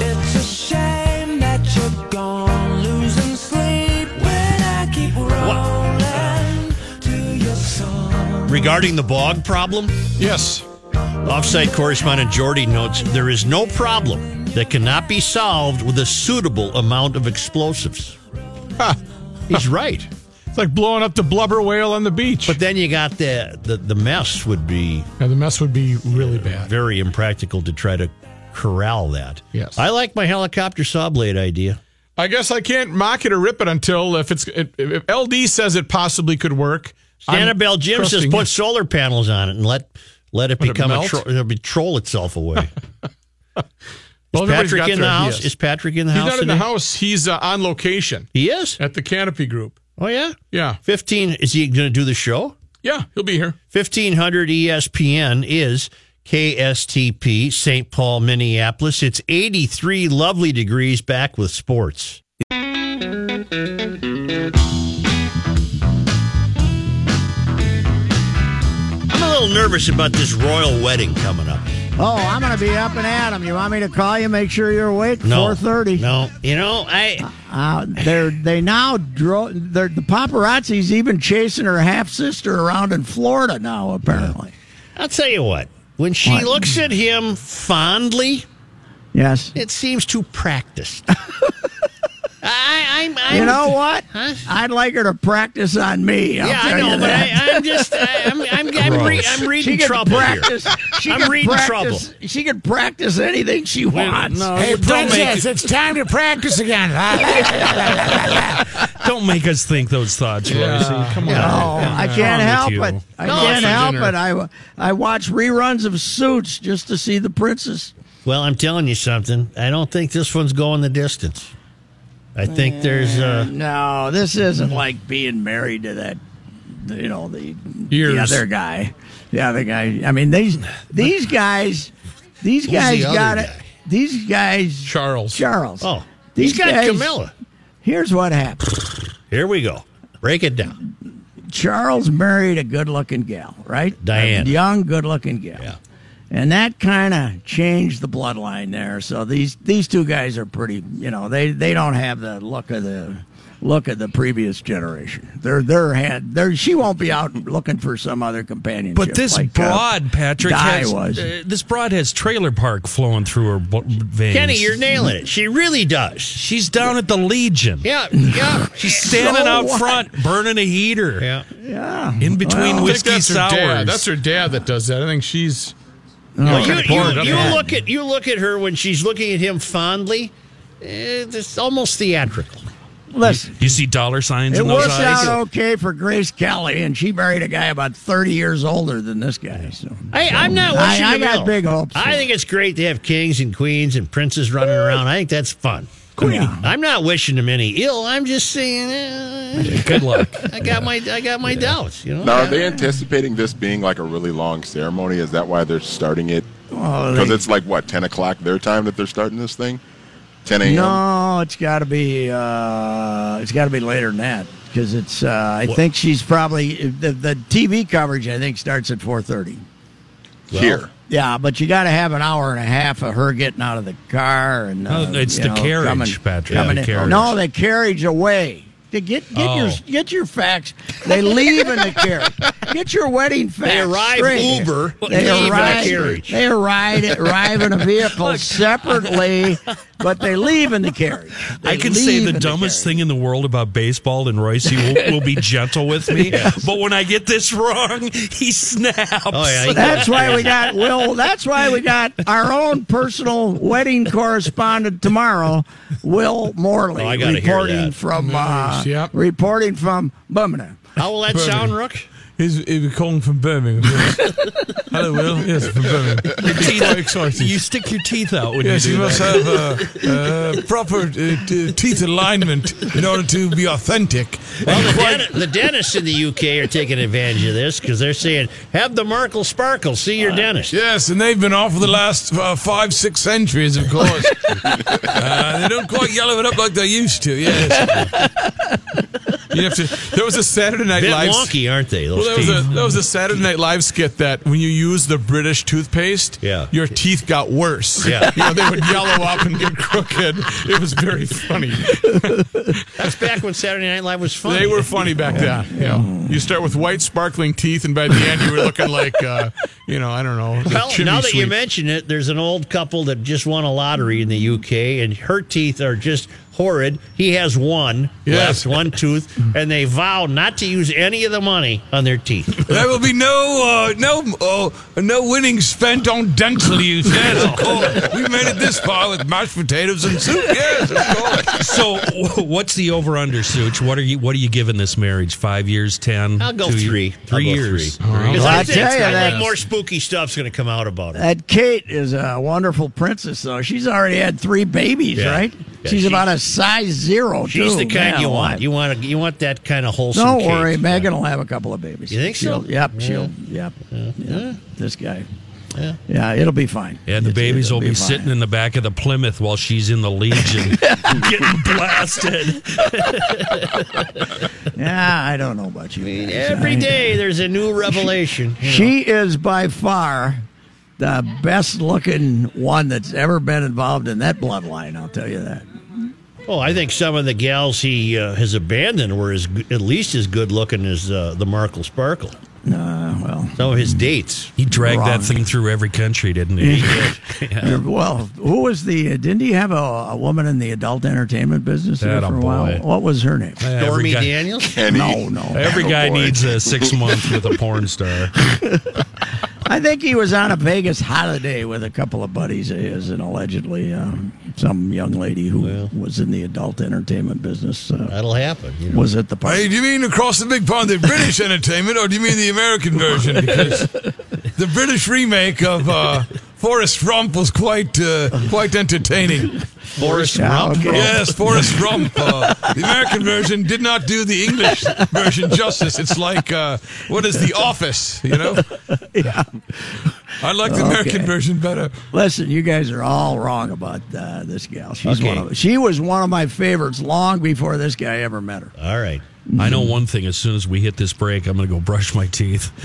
Speaker 14: It's a shame that you're gone, losing sleep when I keep rolling to your song.
Speaker 1: Regarding the bog problem?
Speaker 2: Yes.
Speaker 1: Offsite correspondent Jordy notes there is no problem that cannot be solved with a suitable amount of explosives. He's right.
Speaker 2: It's like blowing up the blubber whale on the beach.
Speaker 1: But then you got the the, the mess would be uh,
Speaker 2: Now the mess would be really bad.
Speaker 1: very impractical to try to corral that.
Speaker 2: Yes.
Speaker 1: I like my helicopter saw blade idea.
Speaker 2: I guess I can't mock it or rip it until if it's if, if LD says it possibly could work. I'm
Speaker 1: Annabelle Jim says
Speaker 2: trusting
Speaker 1: put
Speaker 2: it.
Speaker 1: solar panels on it and let let it
Speaker 2: Let it
Speaker 1: become a
Speaker 2: melt?
Speaker 1: tro- it'll be troll itself away.
Speaker 2: Well,
Speaker 1: is
Speaker 2: everybody's
Speaker 1: Patrick
Speaker 2: got
Speaker 1: in the
Speaker 2: their
Speaker 1: house?
Speaker 2: ideas.
Speaker 1: Is Patrick in the
Speaker 2: He's
Speaker 1: house
Speaker 2: not in the
Speaker 1: today?
Speaker 2: house. He's uh, on location.
Speaker 1: He is.
Speaker 2: at the Canopy Group.
Speaker 1: Oh yeah.
Speaker 2: Yeah,
Speaker 1: 15 is he going to do the show? E
Speaker 2: yeah, he'll be here.
Speaker 1: 1500 ESPN is KSTP, St. Paul, Minneapolis. It's 83 lovely degrees back with sports. nervous about this royal wedding coming up.
Speaker 15: Oh, I'm going to be up and at 'em. You want me to call you? Make sure you're awake.
Speaker 1: No.
Speaker 15: 4:30.
Speaker 1: No, you know I.
Speaker 15: Uh, they're they now dro- they're, the paparazzi's even chasing her half sister around in Florida now. Apparently,
Speaker 1: I'll tell you what. When she
Speaker 15: What?
Speaker 1: looks at him fondly,
Speaker 15: yes,
Speaker 1: it seems too practiced. I, I'm, I'm,
Speaker 15: you know what?
Speaker 1: Huh?
Speaker 15: I'd like her to practice on me. I'll
Speaker 1: yeah, I
Speaker 15: tell you
Speaker 1: know, but I,
Speaker 15: that.
Speaker 1: I'm just, I, I'm, I'm, I'm, re- I'm reading
Speaker 15: She could
Speaker 1: trouble
Speaker 15: practice,
Speaker 1: here.
Speaker 15: She
Speaker 1: I'm
Speaker 15: could
Speaker 1: reading
Speaker 15: practice,
Speaker 1: trouble.
Speaker 15: She could practice anything she
Speaker 1: Wait,
Speaker 15: wants.
Speaker 1: no, Hey, you don't make princess, it-
Speaker 15: it's time to practice again.
Speaker 16: Don't make us think those thoughts, Royce. Come on.
Speaker 15: No, I can't help it. I can't help it. I I watch reruns of Suits just to see the princess.
Speaker 1: Well, I'm telling you something. I don't think this one's going the distance. I think there's uh,
Speaker 15: No, this isn't
Speaker 1: Mm-hmm.
Speaker 15: like being married to that, you know, the
Speaker 1: Years.
Speaker 15: the other guy. The other guy. I mean, these these guys, these
Speaker 1: Who's
Speaker 15: guys
Speaker 1: the other
Speaker 15: got it. These guys, Charles, Charles.
Speaker 1: Oh, he's got Camilla.
Speaker 15: Here's what happened.
Speaker 1: Here we go. Break it down.
Speaker 15: Charles married a good-looking gal, right?
Speaker 1: Diana.
Speaker 15: A young, good-looking gal. And that kind of changed the bloodline there. So these these two guys are pretty, you know, they they don't have the look of the look of the previous generation. They're they're had they're she won't be out looking for some other companionship.
Speaker 16: But this
Speaker 15: like, uh,
Speaker 16: broad, Patrick,
Speaker 15: Di
Speaker 16: has,
Speaker 15: was.
Speaker 16: uh, this broad has trailer park flowing through her bo- veins.
Speaker 1: Kenny, you're nailing it. She really does.
Speaker 16: She's down at the Legion.
Speaker 1: Yeah, yeah.
Speaker 16: She's standing
Speaker 1: So
Speaker 16: out
Speaker 1: what?
Speaker 16: front, burning a heater.
Speaker 1: Yeah,
Speaker 15: yeah.
Speaker 1: Mm-hmm.
Speaker 16: In between
Speaker 2: I think
Speaker 16: whiskey
Speaker 2: that's her
Speaker 16: sours.
Speaker 2: dad. That's her dad that does that. I think she's.
Speaker 1: No,
Speaker 2: Like
Speaker 1: you,
Speaker 2: kinda poured it
Speaker 1: you,
Speaker 2: up
Speaker 1: you
Speaker 2: there.
Speaker 1: look at you look at her when she's looking at him fondly. eh, It's almost theatrical.
Speaker 15: Listen,
Speaker 16: you see dollar signs
Speaker 15: It
Speaker 16: in those
Speaker 15: works
Speaker 16: eyes.
Speaker 15: out okay for Grace Kelly, and she married a guy about thirty years older than this guy. So
Speaker 1: Hey, I'm not
Speaker 15: I-
Speaker 1: wishing
Speaker 15: I
Speaker 1: them
Speaker 15: got
Speaker 1: ill.
Speaker 15: big hopes.
Speaker 1: I think it's great to have kings and queens and princes running around. I think that's fun. Queenie. I'm not wishing them any ill. I'm just saying. eh,
Speaker 16: Good luck.
Speaker 1: I got my I got my doubts. You know.
Speaker 17: Now, are they anticipating this being like a really long ceremony? Is that why they're starting it?
Speaker 15: Oh,
Speaker 17: Because
Speaker 15: they-
Speaker 17: it's like what ten o'clock their time that they're starting this thing. Ten a.m.
Speaker 15: No, it's got to be. Uh, it's got to be later than that because it's. Uh, I
Speaker 17: What-
Speaker 15: think she's probably the, the TV coverage. I think starts at four thirty.
Speaker 17: Here.
Speaker 15: Yeah, but you got to have an hour and a half of her getting out of the car and. Uh,
Speaker 16: No, it's
Speaker 15: you
Speaker 16: the
Speaker 15: know,
Speaker 16: carriage,
Speaker 15: coming-
Speaker 16: Patrick,
Speaker 15: coming
Speaker 16: the
Speaker 15: in.
Speaker 16: carriage.
Speaker 15: No, the carriage away. To Get get your
Speaker 16: Oh.
Speaker 15: get your facts. They leave in the carriage. Get your wedding facts.
Speaker 1: arrive
Speaker 15: straight.
Speaker 1: Uber,
Speaker 15: They
Speaker 1: leave in a
Speaker 15: arrive.
Speaker 1: carriage.
Speaker 15: They arrive arrive in a vehicle separately, but they leave in the carriage.
Speaker 16: I
Speaker 15: They
Speaker 16: can say
Speaker 15: leave
Speaker 16: the
Speaker 15: in
Speaker 16: dumbest thing in the world about baseball, and Royce you will, will be gentle with me. But when I get this wrong, he snaps. Oh,
Speaker 1: yeah,
Speaker 15: That's why we got Will. That's why we got our own personal wedding correspondent tomorrow, Will Morley,
Speaker 1: Oh, I gotta
Speaker 15: reporting
Speaker 1: hear that.
Speaker 15: from uh,
Speaker 2: Nice, yep.
Speaker 15: reporting from Bumina.
Speaker 1: How will that sound, Rook?
Speaker 2: He's, he's calling from Birmingham. Hello, Will. Yes, from Birmingham. Quite excited.
Speaker 16: You stick your teeth out when
Speaker 2: yes,
Speaker 16: you
Speaker 2: you
Speaker 16: do
Speaker 2: must
Speaker 16: that.
Speaker 2: have uh, uh, proper uh, t- teeth alignment in order to be authentic.
Speaker 1: Well, the, dent- the dentists in the UK are taking advantage of this because they're saying, "Have the Markle sparkle. See your dentist."
Speaker 2: Uh, Yes, and they've been off for the last uh, five, six centuries, of course. uh, they don't quite yellow it up like they used to. Yes, you have to. There was a Saturday Night
Speaker 1: Bit
Speaker 2: Live.
Speaker 1: wonky, aren't they? Those
Speaker 2: Well, there was,
Speaker 1: teeth.
Speaker 2: a, there was a Saturday Night Live skit that when you use the British toothpaste,
Speaker 1: Yeah.
Speaker 2: your teeth got worse.
Speaker 1: Yeah.
Speaker 2: you know, they would yellow up and get crooked. It was very funny.
Speaker 1: That's back when Saturday Night Live was funny.
Speaker 2: They were funny back then. Yeah. You start with white sparkling teeth, and by the end, you were looking like, uh, you know, I don't know. the
Speaker 1: Well,
Speaker 2: chimney
Speaker 1: now that you
Speaker 2: sweep.
Speaker 1: mention it, there's an old couple that just won a lottery in the UK, and her teeth are just horrid. He has one left,
Speaker 2: Yes.
Speaker 1: one tooth, and they vow not to use any of the money on their teeth.
Speaker 2: There will be no uh, no uh, no winning spent on dental use. Yes, of course. We made it this far with mashed potatoes and soup. Yes, of course.
Speaker 16: So, wh- what's the over under, Such? What are you What are you giving this marriage? Five years, ten?
Speaker 1: I'll go
Speaker 16: three. Three
Speaker 1: I'll go
Speaker 16: years.
Speaker 1: three.
Speaker 16: Three.
Speaker 1: 'Cause
Speaker 15: Well,
Speaker 1: I
Speaker 15: I
Speaker 1: think-
Speaker 15: tell
Speaker 1: I
Speaker 15: you
Speaker 1: think
Speaker 15: that-
Speaker 1: more spooky stuff's going to come out about it.
Speaker 15: That Kate is a wonderful princess, though. She's already had three babies,
Speaker 1: Yeah.
Speaker 15: right?
Speaker 1: Yeah,
Speaker 15: she's,
Speaker 1: she's-
Speaker 15: about a size zero.
Speaker 1: She's
Speaker 15: too.
Speaker 1: the kind
Speaker 15: Oh, Man
Speaker 1: you
Speaker 15: alive.
Speaker 1: want. You want to, you want that kind of wholesome.
Speaker 15: Don't
Speaker 1: cake.
Speaker 15: worry, Megan will have a couple of babies.
Speaker 1: You think so?
Speaker 15: She'll- yep,
Speaker 1: Yeah.
Speaker 15: she'll. Yep, yep. This guy. Yeah, it'll be fine.
Speaker 16: And the babies will be,
Speaker 15: be fine.
Speaker 16: sitting in the back of the Plymouth while she's in the Legion getting blasted.
Speaker 15: Yeah, I don't know about you. guys. I
Speaker 1: Every day there's a new revelation. you know.
Speaker 15: She is by far the best looking one that's ever been involved in that bloodline, I'll tell you that.
Speaker 1: Oh, I think some of the gals he uh, has abandoned were as, g- at least as good looking as uh, the Markle Sparkle.
Speaker 15: Uh, well,
Speaker 1: some of his dates.
Speaker 16: He dragged
Speaker 1: Wrong.
Speaker 16: that thing through every country, didn't he?
Speaker 15: Well, who was the? Didn't he have a, a woman in the adult entertainment business there
Speaker 16: That a
Speaker 15: for a while?
Speaker 16: boy.
Speaker 15: What was her name?
Speaker 16: Yeah, every Stormy guy- Daniels? Kenny.
Speaker 15: No, no.
Speaker 16: Every guy needs a six month with a porn star.
Speaker 15: I think he was on a Vegas holiday with a couple of buddies of his, and allegedly uh, some young lady who was in the adult entertainment business. Uh,
Speaker 1: That'll happen. you know.
Speaker 15: Was at the party.
Speaker 18: Hey, do you mean across the big pond, the British entertainment, or do you mean the American version? Because the British remake of uh, Forrest Rump was quite uh, quite entertaining.
Speaker 1: Forrest
Speaker 18: Yeah,
Speaker 1: Rump?
Speaker 18: okay. Yes, Forrest Rump. Uh, the American version did not do the English version justice. It's like uh, what is The Office? You know?
Speaker 15: Yeah.
Speaker 18: I like the American
Speaker 15: Okay.
Speaker 18: version better.
Speaker 15: Listen, you guys are all wrong about uh, this gal. She's
Speaker 18: Okay.
Speaker 15: one of, she was one of my favorites long before this guy ever met her.
Speaker 1: All right.
Speaker 16: I know one thing. As soon as we hit this break, I'm going to go brush my teeth.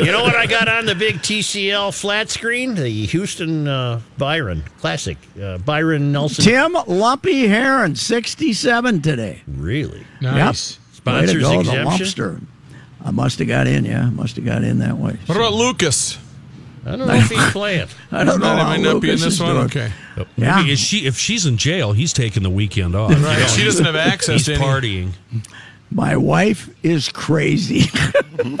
Speaker 1: you know what I got on the big TCL flat screen? The Houston uh, Byron classic. Uh, Byron Nelson.
Speaker 15: Tim Lumpy Heron, 67 today.
Speaker 1: Really?
Speaker 15: Nice. Yep. Way to
Speaker 1: Sponsors
Speaker 15: go,
Speaker 1: exemption?
Speaker 15: The lumpster. I must have got in, yeah. Must have got in that way.
Speaker 18: What about Lucas?
Speaker 1: I don't know if he's playing.
Speaker 15: I don't know.
Speaker 18: He
Speaker 15: how
Speaker 18: might not be in
Speaker 15: Lucas
Speaker 18: this
Speaker 15: is
Speaker 18: one.
Speaker 15: doing.
Speaker 18: Okay.
Speaker 15: Yeah.
Speaker 16: Maybe is she if she's in jail, he's taking the weekend off.
Speaker 18: Right. She doesn't have
Speaker 16: He's
Speaker 18: access to any-
Speaker 16: partying.
Speaker 15: My wife is crazy.
Speaker 1: And I
Speaker 15: tells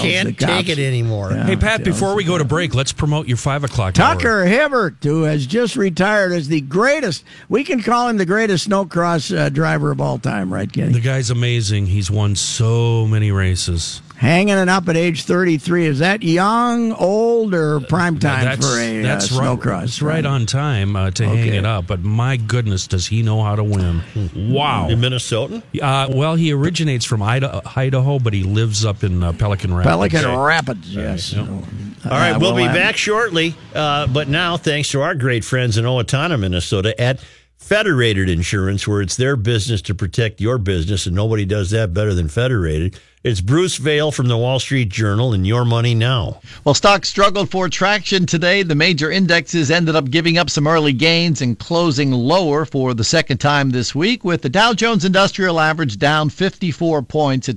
Speaker 15: the
Speaker 1: can't
Speaker 15: Mm-hmm. cops.
Speaker 1: take it anymore.
Speaker 15: Yeah,
Speaker 16: hey Pat,
Speaker 15: tells
Speaker 16: before we go to break, let's promote your five o'clock.
Speaker 15: Tucker Hibbert, who has just retired as the greatest, we can call him the greatest snowcross uh, driver of all time, right,
Speaker 16: hour.
Speaker 15: Kenny?
Speaker 16: The guy's amazing. He's won so many races.
Speaker 15: Hanging it up at age 33. Is that young, old, or prime time
Speaker 16: that's
Speaker 15: for a
Speaker 16: that's
Speaker 15: uh,
Speaker 16: right,
Speaker 15: snowcross?
Speaker 16: that's right on time uh, to hang
Speaker 15: Okay.
Speaker 16: it up. But my goodness, does he know how to win? Wow,
Speaker 1: A Minnesotan?
Speaker 16: Uh, well, he originates from Idaho, Idaho, but he lives up in uh, Pelican Rapids.
Speaker 15: Pelican Rapids, yes.
Speaker 1: All right,
Speaker 15: Uh,
Speaker 1: we'll, be
Speaker 15: well, I'm-
Speaker 1: back shortly. Uh, but now, thanks to our great friends in Owatonna, Minnesota, at Federated Insurance, where it's their business to protect your business, and nobody does that better than Federated. It's Bruce Vail from the Wall Street Journal and Your Money Now.
Speaker 6: Well, stocks struggled for traction today. The major indexes ended up giving up some early gains and closing lower for the second time this week, with the Dow Jones Industrial Average down 54 points at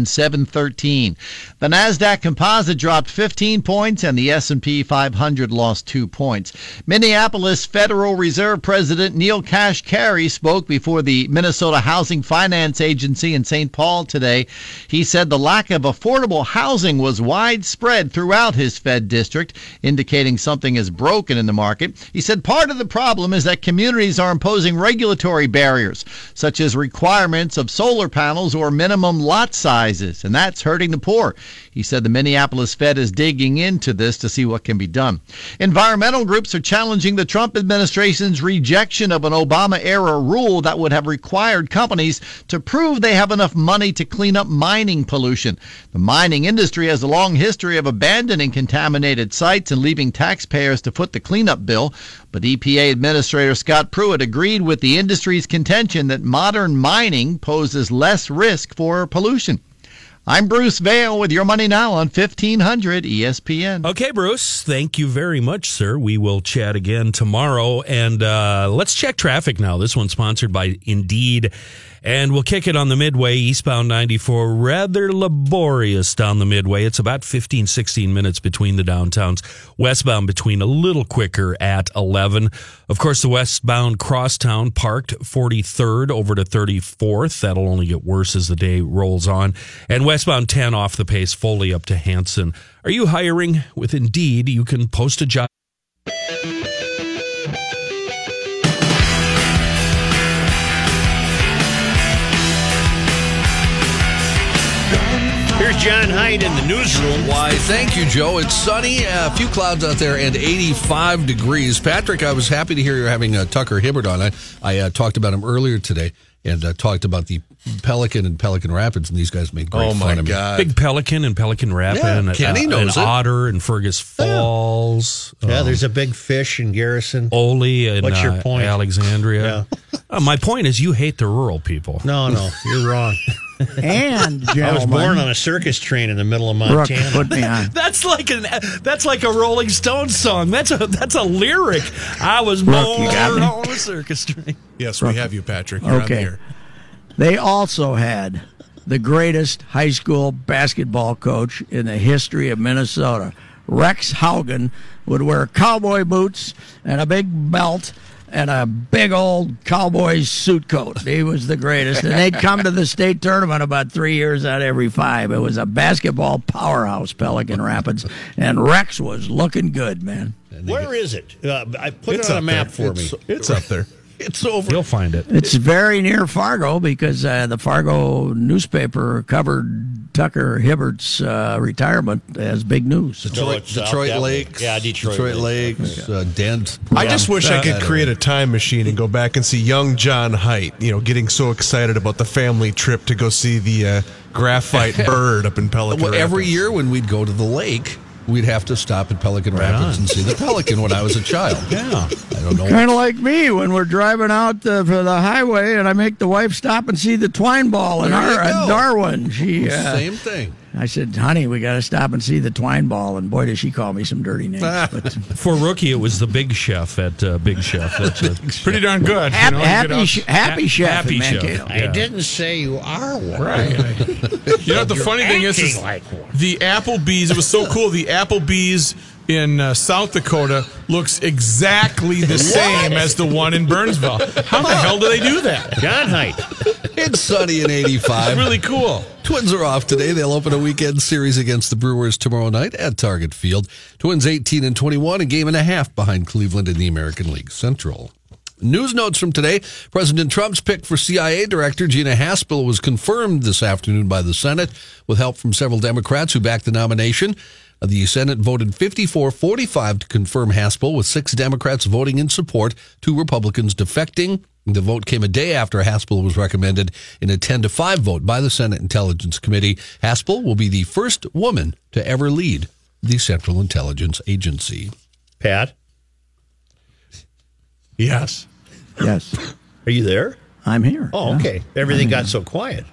Speaker 6: 24,713. The Nasdaq Composite dropped 15 points, and the S&P 500 lost two points. Minneapolis Federal Reserve President Neil Kashkari spoke before the Minnesota Housing Finance Agency in St. Paul today. He said the lack of affordable housing was widespread throughout his Fed district, indicating something is broken in the market. He said part of the problem is that communities are imposing regulatory barriers, such as requirements of solar panels or minimum lot sizes, and that's hurting the poor. He said the Minneapolis Fed is digging into this to see what can be done. Environmental groups are challenging the Trump administration's rejection of an Obama era rule that would have required companies to prove they have enough money to clean up mining pollution. The mining industry has a long history of abandoning contaminated sites and leaving taxpayers to foot the cleanup bill, but EPA Administrator Scott Pruitt agreed with the industry's contention that modern mining poses less risk for pollution. I'm Bruce Vail with Your Money Now on E 1500 ESPN.
Speaker 16: Okay, Bruce, thank you very much, sir. We will chat again tomorrow. And uh, let's check traffic now. This one's sponsored by Indeed. And we'll kick it on the Midway, eastbound 94. Rather laborious down the Midway. It's about 15, 16 minutes between the downtowns. Westbound between a little quicker at 11. Of course, the westbound crosstown parked 43rd over to 34th. That'll only get worse as the day rolls on. And westbound 10 off the pace, fully up to Hanson. Are you hiring? With Indeed, you can post a job.
Speaker 1: Here's John Hyde in the newsroom.
Speaker 7: Why, thank you, Joe. It's sunny, a few clouds out there, and 85 degrees. Patrick, I was happy to hear you're having uh, Tucker Hibbert on. I, I uh, talked about him earlier today. and uh, talked about the Pelican and Pelican Rapids, and these guys made great
Speaker 16: Oh,
Speaker 7: fun
Speaker 16: my
Speaker 7: of me.
Speaker 16: God. Big Pelican and Pelican Rapid
Speaker 7: Yeah,
Speaker 16: and a-
Speaker 7: Kenny
Speaker 16: a-
Speaker 7: knows
Speaker 16: an
Speaker 7: it.
Speaker 16: otter and Fergus Falls.
Speaker 1: Yeah,
Speaker 16: Um,
Speaker 1: there's a big fish in Garrison.
Speaker 16: Ole and
Speaker 1: What's your
Speaker 16: uh,
Speaker 1: point?
Speaker 16: Alexandria. Uh, my point is, you hate the rural people.
Speaker 1: No, no, you're wrong.
Speaker 15: and
Speaker 1: I was
Speaker 16: gentlemen-
Speaker 1: born on a circus train in the middle of Montana.
Speaker 16: that's like an that's like a Rolling Stones song. That's a that's a lyric. I was born
Speaker 15: Brooke, you got me?
Speaker 16: on a circus train.
Speaker 5: Yes,
Speaker 15: Brooke.
Speaker 5: we have you, Patrick. You're
Speaker 15: okay.
Speaker 5: on the air.
Speaker 15: They also had the greatest high school basketball coach in the history of Minnesota. Rex Haugen would wear cowboy boots and a big belt and a big old cowboy suit coat. He was the greatest. And they'd come to the state tournament about three years out of every five. It was a basketball powerhouse, Pelican Rapids. And Rex was looking good, man.
Speaker 1: Where is it? Uh, I put it on a map for me.
Speaker 5: there.
Speaker 1: It's over.
Speaker 16: You'll find it.
Speaker 15: It's very near Fargo because uh, the Fargo newspaper covered Tucker Hibbert's uh, retirement as big news.
Speaker 7: Detroit,
Speaker 1: it's out
Speaker 7: Detroit
Speaker 1: that way.
Speaker 7: Lakes.
Speaker 1: Yeah, Detroit
Speaker 7: Detroit
Speaker 1: Lakes.
Speaker 7: Lakes. uh, Dent.
Speaker 5: I just wish I could
Speaker 7: Uh,
Speaker 5: create a time machine and go back and see young John Height, you know, getting so excited about the family trip to go see the uh, graphite bird up in Pelican.
Speaker 7: Well, every
Speaker 5: Rapids.
Speaker 7: year when we'd go to the lake, we'd have to stop at Pelican Rapids and see the pelican when I was a child. Yeah. I don't know.
Speaker 15: Kind of like me when we're driving out the, for the highway and I make the wife stop and see the twine ball in,
Speaker 7: There you
Speaker 15: our, in
Speaker 7: go. Oh,
Speaker 15: Darwin. She, uh,
Speaker 7: Same thing.
Speaker 15: I said, honey, we got to stop and see the twine ball. And boy, did she call me some dirty names. But
Speaker 16: For rookie, it was the Big Chef at uh, Big Chef. That's a,
Speaker 2: Pretty darn good.
Speaker 15: Hap-
Speaker 2: you know, you get
Speaker 15: happy,
Speaker 2: out-
Speaker 15: sh- happy chef.
Speaker 16: Happy
Speaker 15: in
Speaker 16: Chef.
Speaker 15: Mankato.
Speaker 16: I Yeah.
Speaker 1: didn't say you are one.
Speaker 2: Right. You know what the
Speaker 1: You're
Speaker 2: funny thing is,
Speaker 1: acting
Speaker 2: is
Speaker 1: like one.
Speaker 2: the Applebee's. It was so cool. The Applebee's in uh, South Dakota looks exactly the same as the one in Burnsville. How the hell do they do that?
Speaker 1: John Height.
Speaker 7: It's sunny in 85.
Speaker 2: Really cool.
Speaker 7: Twins are off today. They'll open a weekend series against the Brewers tomorrow night at Target Field. Twins 18 and 21, a game and a half behind Cleveland in the American League Central. News notes from today President Trump's pick for CIA Director Gina Haspel was confirmed this afternoon by the Senate with help from several Democrats who backed the nomination. Uh, The Senate voted 54 45 to confirm Haspel, with six Democrats voting in support, two Republicans defecting. The vote came a day after Haspel was recommended in a 10 to 5 vote by the Senate Intelligence Committee. Haspel will be the first woman to ever lead the Central Intelligence Agency.
Speaker 1: Pat,
Speaker 5: Yes.
Speaker 15: Yes,
Speaker 1: are you there?
Speaker 15: I'm here.
Speaker 1: Oh,
Speaker 15: Yeah.
Speaker 1: okay. Everything
Speaker 15: I'm
Speaker 1: got
Speaker 15: here.
Speaker 1: so quiet.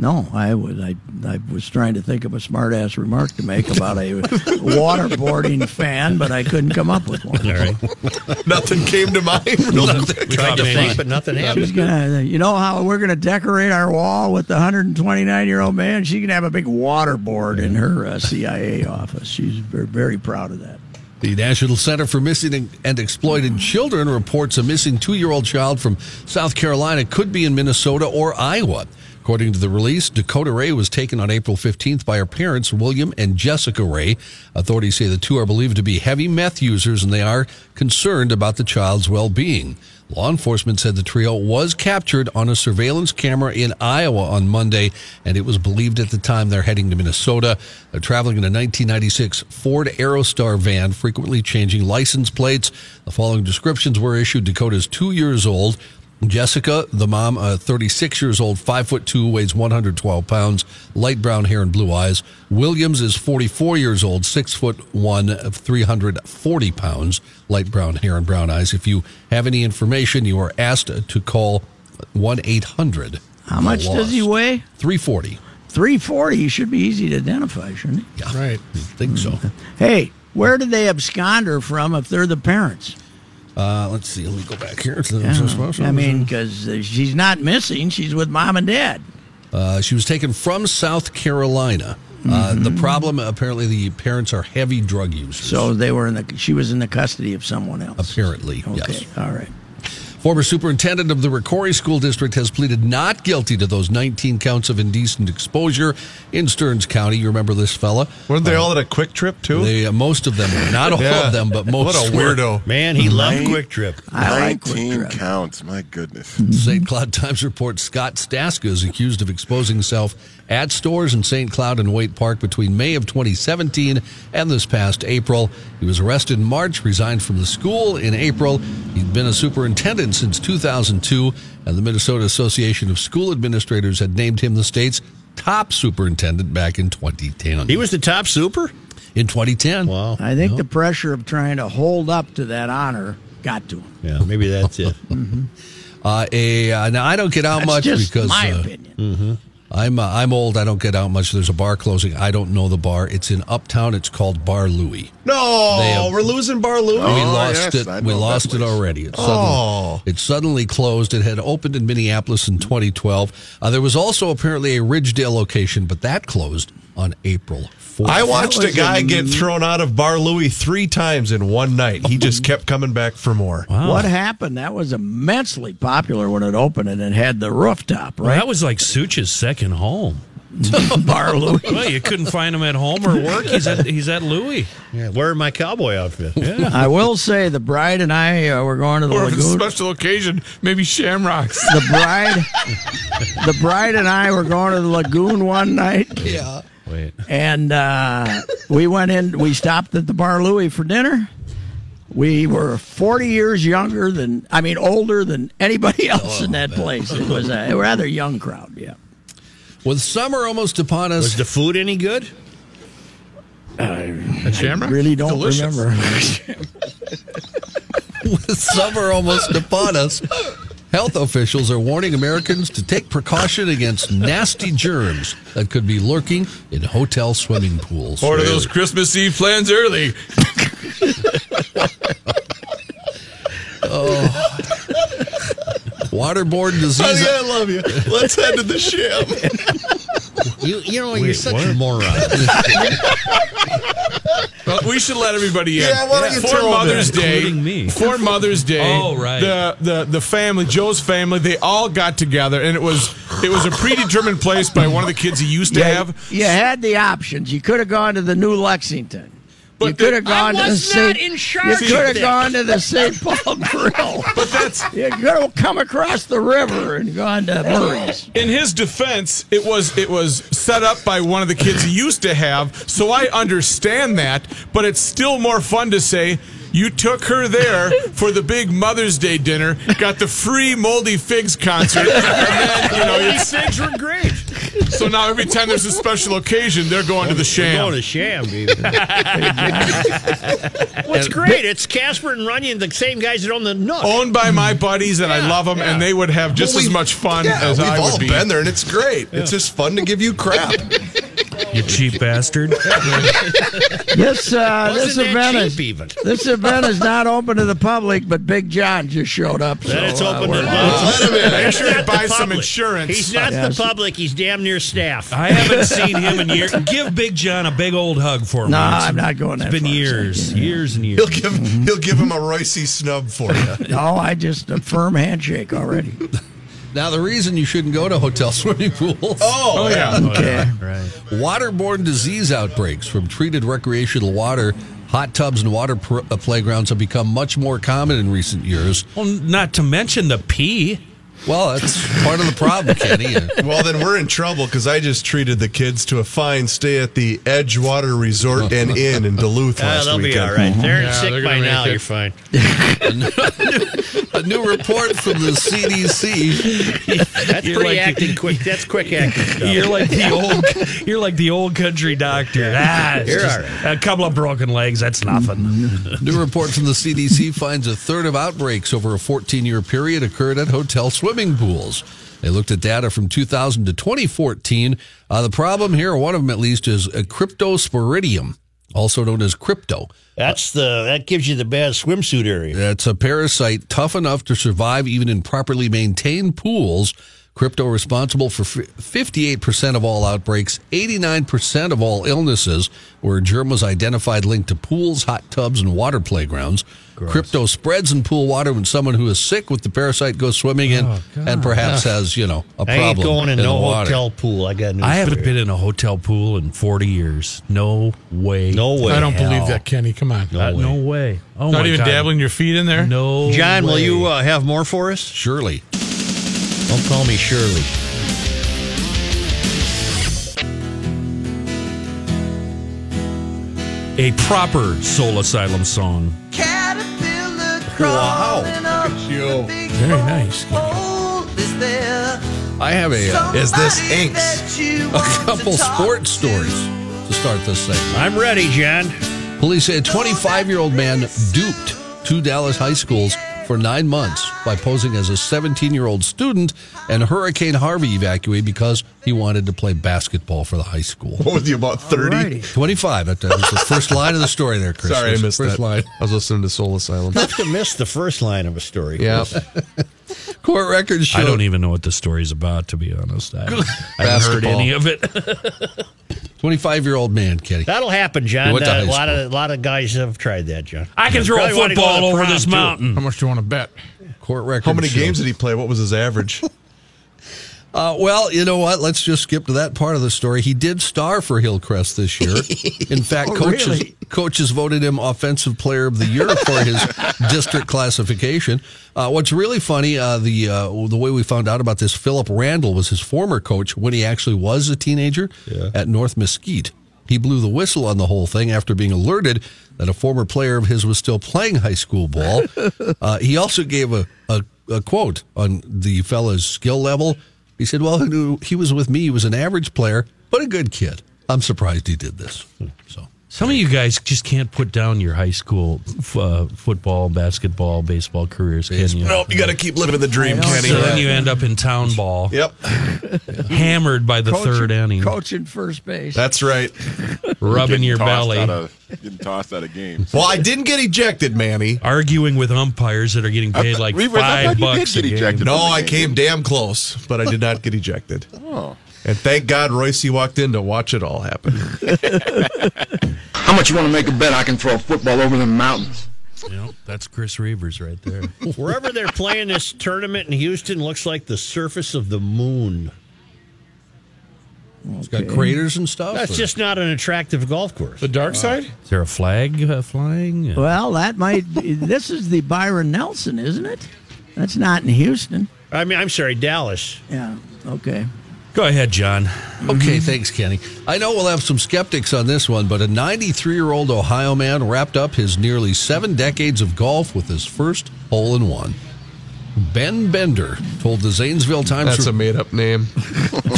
Speaker 15: No, I was I, I was trying to think of a smart ass remark to make about a waterboarding fan, but I couldn't come up with one.
Speaker 1: All right.
Speaker 5: Nothing came to mind.
Speaker 1: We tried to think, but nothing
Speaker 15: She's
Speaker 1: happened.
Speaker 15: gonna, you know how we're gonna decorate our wall with the 129 year old man. She can have a big waterboard in her uh, CIA office. She's very, very proud of that.
Speaker 7: The National Center for Missing and Exploited Children reports a missing two year old child from South Carolina could be in Minnesota or Iowa. According to the release, Dakota Ray was taken on April 15th by her parents, William and Jessica Ray. Authorities say the two are believed to be heavy meth users and they are concerned about the child's well being. Law enforcement said the trio was captured on a surveillance camera in Iowa on Monday, and it was believed at the time they're heading to Minnesota. They're traveling in a 1996 Ford Aerostar van, frequently changing license plates. The following descriptions were issued Dakota's two years old. Jessica, the mom, uh, 36 years old, 5 foot 2, weighs 112 pounds, light brown hair and blue eyes. Williams is 44 years old, 6 foot 1, of 340 pounds, light brown hair and brown eyes. If you have any information, you are asked to call 1 800.
Speaker 15: How much does he weigh?
Speaker 7: 340.
Speaker 15: 340. He should be easy to identify, shouldn't he?
Speaker 2: Right.
Speaker 7: think so.
Speaker 15: Hey, where did they abscond her from if they're the parents?
Speaker 7: Uh, let's see. Let me go back here.
Speaker 15: Yeah, I mean, because she's not missing. She's with mom and dad.
Speaker 7: Uh, she was taken from South Carolina. Uh,
Speaker 15: Mm-hmm.
Speaker 7: the problem apparently the parents are heavy drug users.
Speaker 15: So they were in the. She was in the custody of someone else.
Speaker 7: Apparently,
Speaker 15: Okay.
Speaker 7: yes.
Speaker 15: All right.
Speaker 7: Former superintendent of the Ricori School District has pleaded not guilty to those 19 counts of indecent exposure in Stearns County. You remember this fella? Uh,
Speaker 5: Weren't they all at a quick trip too?
Speaker 7: They, uh, most of them were. Not all
Speaker 5: Yeah.
Speaker 7: of them, but most
Speaker 5: What a
Speaker 7: were.
Speaker 5: weirdo.
Speaker 1: Man, he loved Quick Trip.
Speaker 15: I like Quick
Speaker 17: 19
Speaker 15: Trip. Hmm.
Speaker 17: counts. My goodness.
Speaker 7: St. Cloud Times reports Scott Staska is accused of exposing himself at stores in St. Cloud and Waite Park between May of 2017 and this past April. He was arrested in March, resigned from the school in April. He'd been a superintendent since 2002, and the Minnesota Association of School Administrators had named him the state's top superintendent back in 2010. He
Speaker 1: was the top super?
Speaker 7: In 2010. Wow.
Speaker 15: I think the pressure of trying to hold up to that honor got to him.
Speaker 1: Yeah, maybe that's it.
Speaker 7: uh, a, uh, now, I don't get out
Speaker 15: Mm-hmm. That's
Speaker 7: much
Speaker 15: just
Speaker 7: because.
Speaker 15: my
Speaker 7: uh,
Speaker 15: opinion.
Speaker 7: mhm. I'm uh, I'm old. I don't get out much. There's a bar closing. I don't know the bar. It's in Uptown. It's called Bar Louie.
Speaker 5: No,
Speaker 7: They have-
Speaker 5: we're losing Oh, Bar Louie.
Speaker 7: we lost it. We lost it already. It suddenly,
Speaker 5: Oh.
Speaker 7: it suddenly closed. It had opened in Minneapolis in 2012. Uh, there was also apparently a Ridgedale location, but that closed on April 4th.
Speaker 5: I watched a guy get thrown out of Bar Louie three times in one night. He just kept coming back for more.
Speaker 15: What happened? That was immensely popular when it opened and it had the rooftop,
Speaker 16: Well,
Speaker 15: right?
Speaker 16: that was like Such's second home.
Speaker 15: Bar Louie.
Speaker 16: Well, you couldn't find him at home or work. He's at he's at Louis.
Speaker 1: Yeah, wearing my cowboy outfit.
Speaker 16: Yeah.
Speaker 15: I will say the bride and I uh, were going to the
Speaker 2: Or if it's a
Speaker 15: lagoon.
Speaker 2: special occasion, maybe shamrocks.
Speaker 15: The bride, the bride and I were going to the lagoon one night.
Speaker 7: Yeah.
Speaker 16: Wait.
Speaker 15: And uh, we went in. We stopped at the Bar Louie for dinner. We were 40 years younger than, I mean, older than
Speaker 2: Oh,
Speaker 15: anybody else in that place. It was a rather young crowd. Yeah.
Speaker 7: With summer almost upon us,
Speaker 1: was the food any good?
Speaker 15: I
Speaker 2: shamrock?
Speaker 15: really don't
Speaker 2: Delicious.
Speaker 15: remember.
Speaker 7: with summer almost upon us, health officials are warning Americans to take precaution against nasty germs that could be lurking in hotel swimming pools.
Speaker 2: Order those Christmas Eve plans early.
Speaker 7: Oh. Waterborne disease.
Speaker 5: Honey, Oh, I love you. Let's head to the sham.
Speaker 7: You, you know,
Speaker 1: you're such a moron.
Speaker 2: Well, we should let everybody in.
Speaker 5: Yeah, why don't you
Speaker 2: for
Speaker 5: throw
Speaker 2: Mother's
Speaker 5: it?
Speaker 2: Day,
Speaker 5: Including me.
Speaker 2: for Mother's Day,
Speaker 16: Oh, right.
Speaker 2: the the the family, Joe's family, they all got together, and it was it was a predetermined place by one of the kids he used to have.
Speaker 15: you had the options. You could have gone to the New Lexington. you could have gone to the St. You could have gone to the St. Paul Grill.
Speaker 2: But that's
Speaker 15: you could have come across the river and gone to Murray's.
Speaker 2: In his defense, it was it was set up by one of the kids he used to have, so I understand that, but it's still more fun to say you took her there for the big Mother's Day dinner, got the free Moldy Figs concert, and then, you know, it's,
Speaker 1: figs were great.
Speaker 2: so now every time there's a special occasion, they're going to the
Speaker 1: We're going
Speaker 2: sham.
Speaker 1: to sham, baby. What's great? It's Casper and Runyon, the same guys that own the Nook.
Speaker 2: Owned by my buddies, and I love them, and they would have just
Speaker 5: Well,
Speaker 2: as
Speaker 5: we-
Speaker 2: much fun
Speaker 5: Yeah,
Speaker 2: as
Speaker 5: we've
Speaker 2: I would
Speaker 5: all
Speaker 2: be.
Speaker 5: been there, and it's great. It's just fun to give you crap.
Speaker 16: You cheap bastard.
Speaker 15: This uh,
Speaker 1: Wasn't
Speaker 15: this
Speaker 1: that
Speaker 15: event is
Speaker 1: cheap even?
Speaker 15: this event is not open to the public, but Big John just showed up. So,
Speaker 1: Then it's
Speaker 15: uh,
Speaker 1: open
Speaker 15: we're
Speaker 1: to
Speaker 15: live.
Speaker 5: Let him in.
Speaker 1: He's
Speaker 2: Make sure
Speaker 1: not
Speaker 2: to
Speaker 1: the
Speaker 2: buy some
Speaker 1: public.
Speaker 2: insurance.
Speaker 1: He's not
Speaker 15: Yes.
Speaker 1: the public. He's damn near staff.
Speaker 16: I haven't seen him in years. Give Big John a big old hug for me.
Speaker 15: No,
Speaker 16: It's-
Speaker 15: I'm not going that
Speaker 16: It's been
Speaker 15: far,
Speaker 16: years, years and years.
Speaker 5: He'll give he'll give him a Royce snub for you.
Speaker 15: No, I just a firm handshake already.
Speaker 7: Now, the reason you shouldn't go to hotel swimming pools.
Speaker 2: Oh, yeah.
Speaker 15: Okay.
Speaker 7: Waterborne disease outbreaks from treated recreational water, hot tubs, and water pr- uh, playgrounds have become much more common in recent years.
Speaker 16: Well, not to mention the pee.
Speaker 7: Well, that's part of the problem, Kenny. Uh,
Speaker 5: Well, then we're in trouble because I just treated the kids to a fine stay at the Edgewater Resort and Inn in Duluth
Speaker 1: Ah,
Speaker 5: last
Speaker 1: they'll
Speaker 5: weekend.
Speaker 1: be all right. They're
Speaker 2: Yeah,
Speaker 1: sick
Speaker 2: they're gonna
Speaker 1: by
Speaker 2: make
Speaker 1: now.
Speaker 2: it.
Speaker 1: You're fine.
Speaker 7: A new report from the CDC.
Speaker 1: That's
Speaker 16: You're
Speaker 1: pretty
Speaker 16: like-
Speaker 1: acting quick. That's quick acting stuff.
Speaker 16: You're like the old, you're like the old country doctor. Ah, it's
Speaker 1: You're
Speaker 16: just
Speaker 1: all
Speaker 16: a couple of broken legs. That's nothing.
Speaker 7: New report from the CDC finds a third of outbreaks over a 14 year period occurred at hotel swimming pools. They looked at data from 2000 to 2014. Uh, the problem here, one of them at least, is a cryptosporidium, also known as crypto.
Speaker 1: That's the that gives you the bad swimsuit area.
Speaker 7: That's a parasite tough enough to survive even in properly maintained pools. Crypto responsible for f- 58% of all outbreaks, 89% of all illnesses, where a germ was identified linked to pools, hot tubs, and water playgrounds. Crypto spreads in pool water when someone who is sick with the parasite goes swimming in and perhaps has, you know,
Speaker 1: Oh,
Speaker 7: a
Speaker 1: I
Speaker 7: problem.
Speaker 1: ain't going in,
Speaker 7: the
Speaker 1: no
Speaker 7: water.
Speaker 1: hotel pool. I got news
Speaker 16: I
Speaker 1: for
Speaker 16: haven't
Speaker 1: you.
Speaker 16: been in a hotel pool in 40 years. No way.
Speaker 1: No way.
Speaker 2: I don't
Speaker 1: Hell.
Speaker 2: believe that, Kenny. Come on.
Speaker 16: Uh, no way. Oh
Speaker 2: Not
Speaker 16: my
Speaker 2: even
Speaker 16: God.
Speaker 2: dabbling your feet in there?
Speaker 16: No.
Speaker 1: John, will
Speaker 16: way.
Speaker 1: you uh, have more for us?
Speaker 7: Surely.
Speaker 1: Don't call me Shirley.
Speaker 16: a proper Soul Asylum song?
Speaker 14: Caterpillar crawling up
Speaker 9: Carpaccio.
Speaker 2: Very nice.
Speaker 7: I have a. Uh,
Speaker 5: Is this Inks?
Speaker 7: A couple sports stories to start this thing.
Speaker 1: I'm ready, John.
Speaker 7: Police say a 25 year old man duped two Dallas high schools for nine months by posing as a 17 year old student and Hurricane Harvey evacuee because he wanted to play basketball for the high school.
Speaker 5: What was he about thirty?
Speaker 7: 25. That that was the first line of the story there, Chris.
Speaker 5: Sorry, I missed
Speaker 7: first
Speaker 5: that.
Speaker 7: line.
Speaker 5: I was listening to Soul Asylum.
Speaker 1: You missed the first line of a story.
Speaker 5: Yeah.
Speaker 1: Chris.
Speaker 7: Court records show.
Speaker 16: I don't even know what the story's about, to be honest. I, haven't- I haven't heard
Speaker 7: Basketball.
Speaker 16: any of it.
Speaker 7: 25 year old man, Kenny.
Speaker 1: That'll happen,
Speaker 7: He
Speaker 1: John.
Speaker 7: went to
Speaker 1: Uh,
Speaker 7: high
Speaker 1: a lot of a lot of guys have tried that, John.
Speaker 16: I can throw a
Speaker 1: Probably wanna go
Speaker 16: football
Speaker 1: to the
Speaker 16: over
Speaker 1: prom,
Speaker 16: this
Speaker 1: too.
Speaker 16: mountain.
Speaker 2: How much do you want to bet?
Speaker 7: Court records.
Speaker 5: How many
Speaker 7: show-
Speaker 5: games did he play? What was his average?
Speaker 7: Uh, well, you know what? Let's just skip to that part of the story. He did star for Hillcrest this year. In fact,
Speaker 16: Oh,
Speaker 7: coaches
Speaker 16: really?
Speaker 7: coaches voted him offensive player of the year for his district classification. Uh, what's really funny, uh, the uh, the way we found out about this, Philip Randall was his former coach when he actually was a teenager at North Mesquite. He blew the whistle on the whole thing after being alerted that a former player of his was still playing high school ball. Uh, he also gave a, a, a quote on the fella's skill level. He said, Well, he, knew he was with me. He was an average player, but a good kid. I'm surprised he did this. So,
Speaker 16: Some of you guys just can't put down your high school f- uh, football, basketball, baseball careers, can you?
Speaker 5: Nope, you got to keep living the dream, Kenny.
Speaker 16: So then you end up in town ball.
Speaker 5: Yep.
Speaker 16: Hammered by the third inning.
Speaker 15: Coaching first base.
Speaker 5: That's right.
Speaker 16: rubbing
Speaker 17: Getting
Speaker 16: your
Speaker 17: tossed
Speaker 16: belly.
Speaker 17: out of- getting tossed out of games.
Speaker 5: Well, I didn't get ejected, Manny.
Speaker 16: arguing with umpires that are getting
Speaker 17: I
Speaker 16: paid
Speaker 17: thought-
Speaker 16: like
Speaker 17: Reavers, I thought
Speaker 16: five
Speaker 17: you did
Speaker 16: bucks
Speaker 17: get
Speaker 16: a game.
Speaker 17: ejected.
Speaker 5: No, I came damn close, but I did not get ejected.
Speaker 17: Oh.
Speaker 5: And thank God Royce walked in to watch it all happen.
Speaker 19: How much you want to make a bet I can throw a football over the mountains?
Speaker 16: Yep, that's Chris Reavers right there.
Speaker 1: Wherever they're playing this tournament in Houston looks like the surface of the moon.
Speaker 7: it's got craters and stuff.
Speaker 1: That's just not an attractive golf course.
Speaker 2: The dark side?
Speaker 16: Is there a flag uh, flying?
Speaker 15: Well, that might. be- this is the Byron Nelson, isn't it? That's not in Houston.
Speaker 1: I mean, I'm sorry, Dallas.
Speaker 15: Yeah. Okay.
Speaker 16: Go ahead, John. Mm-hmm.
Speaker 7: Okay, thanks, Kenny. I know we'll have some skeptics on this one, but a 93 year old Ohio man wrapped up his nearly seven decades of golf with his first hole in one. Ben Bender told the Zanesville Times.
Speaker 5: That's a made up name.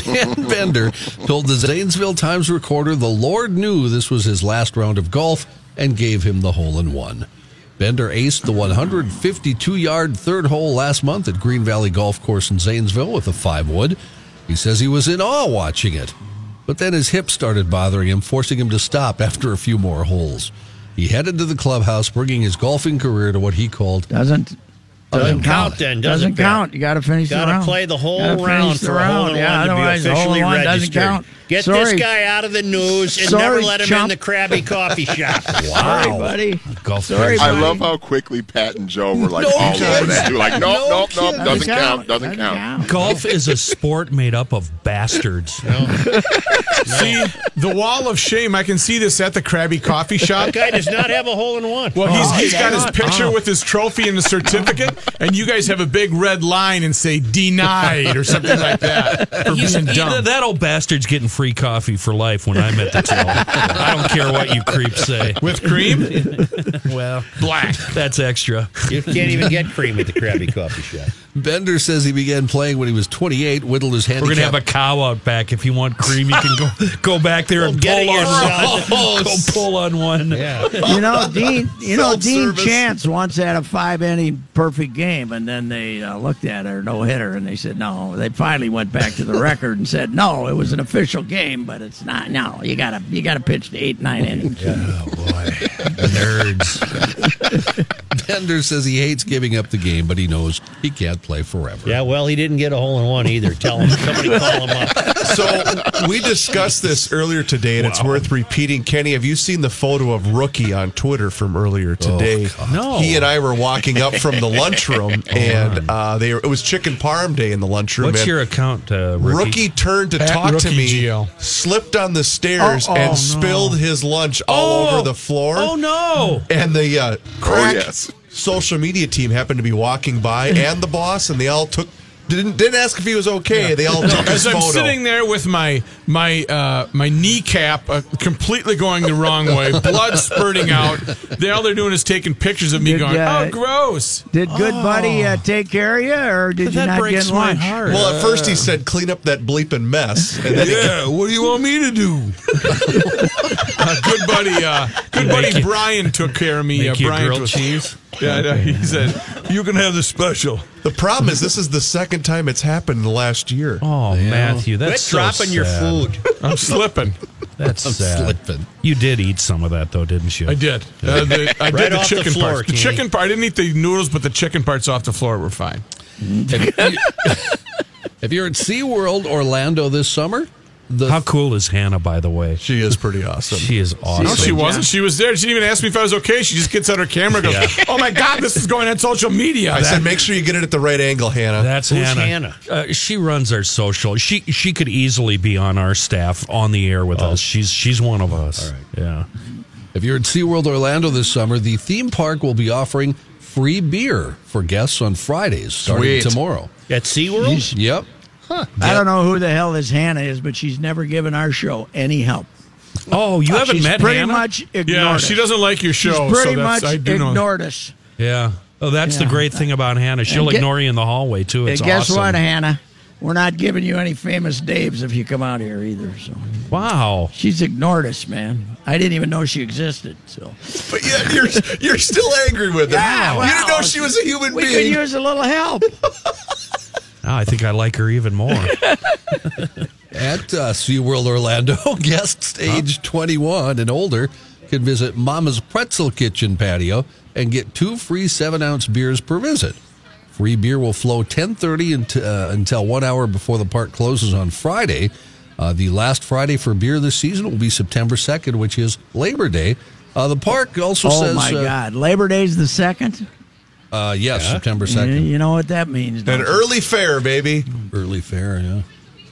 Speaker 7: Dan Bender told the Zanesville Times recorder the Lord knew this was his last round of golf and gave him the hole in one. Bender aced the 152 yard third hole last month at Green Valley Golf Course in Zanesville with a five wood. He says he was in awe watching it, but then his hip started bothering him, forcing him to stop after a few more holes. He headed to the clubhouse, bringing his golfing career to what he called
Speaker 15: Doesn't
Speaker 1: Doesn't count then, does
Speaker 15: doesn't
Speaker 1: it, Ben?
Speaker 15: count. You got to finish.
Speaker 1: Gotta
Speaker 15: the round.
Speaker 1: play the whole
Speaker 15: Gotta finish
Speaker 1: round
Speaker 15: the
Speaker 1: for a hole
Speaker 15: round.
Speaker 1: in one
Speaker 15: yeah,
Speaker 1: to be
Speaker 15: otherwise the hole
Speaker 1: officially
Speaker 15: in one
Speaker 1: registered.
Speaker 15: doesn't count.
Speaker 1: Get
Speaker 15: Sorry.
Speaker 1: this guy out of the news and
Speaker 15: Sorry,
Speaker 1: never let him in
Speaker 15: chump.
Speaker 1: the Krabby Coffee Shop.
Speaker 15: Sorry, buddy.
Speaker 16: Golf
Speaker 15: Sorry,
Speaker 17: I
Speaker 15: buddy.
Speaker 17: love how quickly Pat and Joe were like
Speaker 7: No
Speaker 17: all
Speaker 7: kidding.
Speaker 17: over that. They were Like, nope,
Speaker 7: No
Speaker 17: nope, nope,
Speaker 7: kidding.
Speaker 17: doesn't
Speaker 15: Doesn't
Speaker 17: count,
Speaker 15: count.
Speaker 17: doesn't count.
Speaker 16: Golf is a sport made up of bastards.
Speaker 2: See, the wall of shame. I can see this at the Krabby Coffee Shop.
Speaker 1: That guy does not have a hole in one.
Speaker 2: Well, he's,
Speaker 1: Oh,
Speaker 2: he's
Speaker 1: yeah.
Speaker 2: got his picture with his trophy and his certificate, and you guys have a big red line and say denied or something like that for
Speaker 16: He's-
Speaker 2: being
Speaker 16: either
Speaker 2: dumb.
Speaker 16: that old bastard's getting free coffee for life when I'm at the till. I don't care what you creeps say.
Speaker 2: With cream?
Speaker 16: Well, black. That's extra.
Speaker 1: You can't even get cream at the Krabby Coffee Shop.
Speaker 7: Bender says he began playing when he was 28, whittled his handicap.
Speaker 16: We're gonna have a cow out back. If you want cream, you can go go back there and
Speaker 1: Get it
Speaker 16: pull on one.
Speaker 1: yourself.
Speaker 16: Go pull on one.
Speaker 15: You know, Dean. You know, Dean
Speaker 5: Self-service.
Speaker 15: Chance once had a five inning perfect game, and then they uh, looked at her no hitter, and they said no. They finally went back to the record and said no. It was an official game, but it's not. No, you gotta you gotta pitch to eight nine innings.
Speaker 16: Nerds.
Speaker 7: Bender says he hates giving up the game, but he knows he can't play forever.
Speaker 1: Yeah, well, he didn't get a hole in one either. Tell him. Somebody call him up.
Speaker 5: So we discussed this earlier today, and it's worth repeating. Kenny, have you seen the photo of Rookie on Twitter from earlier today?
Speaker 16: No.
Speaker 5: He and I were walking up from the lunchroom, and uh, they were, it was chicken parm day in the lunchroom.
Speaker 16: What's
Speaker 5: and
Speaker 16: your account, uh,
Speaker 5: Rookie,
Speaker 16: rookie?
Speaker 5: turned to
Speaker 2: At
Speaker 5: talk to
Speaker 2: Rookie
Speaker 5: me,
Speaker 2: GL.
Speaker 5: slipped on the stairs,
Speaker 2: Oh, oh,
Speaker 5: and
Speaker 2: no.
Speaker 5: spilled his lunch all over the floor.
Speaker 16: Oh no!
Speaker 5: And the uh, crack
Speaker 17: yes.
Speaker 5: social media team happened to be walking by, and the boss, and they all took didn't didn't ask if he was okay. They all took his
Speaker 2: As I'm
Speaker 5: photo.
Speaker 2: sitting there with my my uh, my kneecap uh, completely going the wrong way, blood spurting out. They, all they're doing is taking pictures of me going,
Speaker 15: uh,
Speaker 2: "Oh, gross!"
Speaker 15: Did good buddy
Speaker 2: Oh.
Speaker 15: uh, take care of you, or did you not get lunch?
Speaker 5: Well, at first he said, "Clean up that bleeping mess." And then
Speaker 2: yeah, what do you want me to do? Uh, good buddy, uh, good buddy Brian took care of me.
Speaker 5: make
Speaker 2: Uh,
Speaker 5: you
Speaker 2: Brian
Speaker 5: grilled
Speaker 2: was-
Speaker 5: cheese?
Speaker 2: Yeah, I know. he said you can have the special.
Speaker 5: The problem is this is the second time it's happened in the last year.
Speaker 16: Oh, Matthew, that's so sad.
Speaker 2: I'm slipping.
Speaker 16: That's
Speaker 5: I'm
Speaker 16: sad.
Speaker 5: slipping.
Speaker 16: You did eat some of that though, didn't you?
Speaker 2: I did. Uh, the, I
Speaker 16: Right
Speaker 2: did the
Speaker 16: off the
Speaker 2: chicken
Speaker 16: floor,
Speaker 2: parts. The
Speaker 16: Kenny.
Speaker 2: chicken part. I didn't eat the noodles, but the chicken parts off the floor were fine.
Speaker 7: If, you- if you're at SeaWorld Orlando this summer, the
Speaker 16: How cool is Hannah, by the way? She
Speaker 5: is pretty awesome.
Speaker 16: She is awesome.
Speaker 2: No, she wasn't. She was there. She didn't even ask me if I was okay. She just gets out her camera and goes,
Speaker 5: Yeah.
Speaker 2: Oh my God, this is going on social media.
Speaker 5: I said, "Make sure you get it at the right angle, Hannah."
Speaker 16: That's Hannah. Uh, she runs our social. She she could easily be on our staff on the air
Speaker 15: Oh.
Speaker 16: with us. She's she's one of us. Yeah.
Speaker 7: If you're at SeaWorld Orlando this summer, the theme park will be offering free beer for guests on Fridays starting
Speaker 16: Sweet.
Speaker 7: tomorrow.
Speaker 16: At SeaWorld?
Speaker 7: Yep.
Speaker 15: I don't know who the hell this Hannah is, but she's never given our show any help.
Speaker 16: Oh, you haven't
Speaker 15: Uh, She's
Speaker 16: met
Speaker 15: pretty
Speaker 16: Hannah?
Speaker 15: much ignored
Speaker 2: Yeah,
Speaker 15: us.
Speaker 2: she doesn't like your show.
Speaker 15: She's pretty
Speaker 2: so that's,
Speaker 15: much
Speaker 2: I do know.
Speaker 15: ignored us.
Speaker 16: Yeah. Oh, that's the
Speaker 15: Yeah.
Speaker 16: great thing about Hannah. She'll
Speaker 15: And get-
Speaker 16: ignore you in the hallway too. It's
Speaker 15: and guess
Speaker 16: awesome.
Speaker 15: what, Hannah? We're not giving you any famous Daves if you come out here either. So
Speaker 16: wow,
Speaker 15: she's ignored us, man. I didn't even know she existed. So
Speaker 5: But yeah, you're you're still angry with her.
Speaker 15: Yeah,
Speaker 5: you didn't
Speaker 15: well,
Speaker 5: know she was a human
Speaker 15: we
Speaker 5: being.
Speaker 15: could use a little help.
Speaker 16: Oh, I think I like her even more.
Speaker 7: At uh, SeaWorld Orlando, guests age 21 and older can visit Mama's Pretzel Kitchen patio and get two free seven-ounce beers per visit. Free beer will flow 10:30 unt- uh, until one hour before the park closes on Friday. Uh, the last Friday for beer this season will be September 2nd, which is Labor Day. Uh, the park also
Speaker 15: oh
Speaker 7: says,
Speaker 15: my
Speaker 7: uh,
Speaker 15: God, Labor Day's the second.
Speaker 7: Uh, yes, September
Speaker 15: You,
Speaker 7: 2nd.
Speaker 15: you know what that means? don't
Speaker 5: An
Speaker 15: you?
Speaker 5: early fare, baby.
Speaker 7: Early fare, yeah.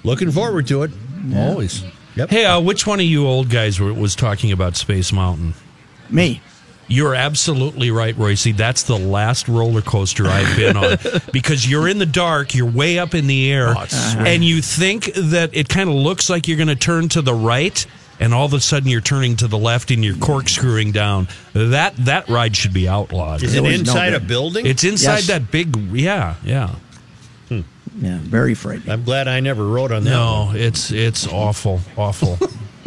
Speaker 1: Looking forward to it.
Speaker 7: Always.
Speaker 16: Hey, uh, which one of you old guys were, was talking about Space Mountain?
Speaker 15: Me.
Speaker 16: You're absolutely right, Royce. That's the last roller coaster I've been on because you're in the dark, you're way up in the air,
Speaker 1: Oh, Uh-huh.
Speaker 16: and you think that it kind of looks like you're going to turn to the right, and all of a sudden you're turning to the left and you're corkscrewing down. That that ride should be outlawed.
Speaker 1: Is it It was no inside good. a building?
Speaker 16: It's inside
Speaker 1: Yes.
Speaker 16: that big. Yeah, yeah.
Speaker 15: Yeah, very frightening.
Speaker 1: Hmm. I'm glad I never rode on that.
Speaker 16: No, it's it's awful, awful.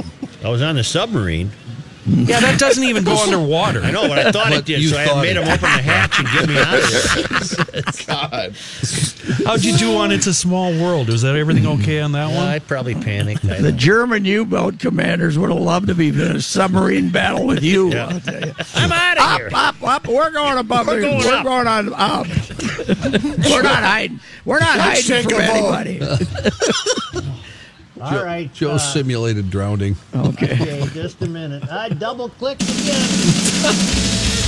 Speaker 1: I was on a submarine.
Speaker 16: Yeah, that doesn't even go underwater.
Speaker 1: I know, but I thought it
Speaker 16: But
Speaker 1: did,
Speaker 16: you
Speaker 1: so I
Speaker 16: thought
Speaker 1: made him
Speaker 16: it.
Speaker 1: open the hatch and get me out of there.
Speaker 5: God.
Speaker 16: How'd you do on It's a Small World? Was that everything okay on that one?
Speaker 1: I probably panicked. I
Speaker 15: The German U-boat commanders would have loved to be in a submarine battle with you.
Speaker 1: Yeah.
Speaker 15: I'll tell you.
Speaker 1: I'm out of here.
Speaker 15: Up, up, we're going above.
Speaker 1: We're
Speaker 15: the-
Speaker 1: going
Speaker 15: we're
Speaker 1: up.
Speaker 15: going on up. we're not hiding. We're not
Speaker 14: Let's take
Speaker 15: hiding from
Speaker 14: a vote.
Speaker 15: anybody.
Speaker 7: Joe, Joe simulated drowning.
Speaker 15: Okay.
Speaker 14: just a minute. I double clicked again.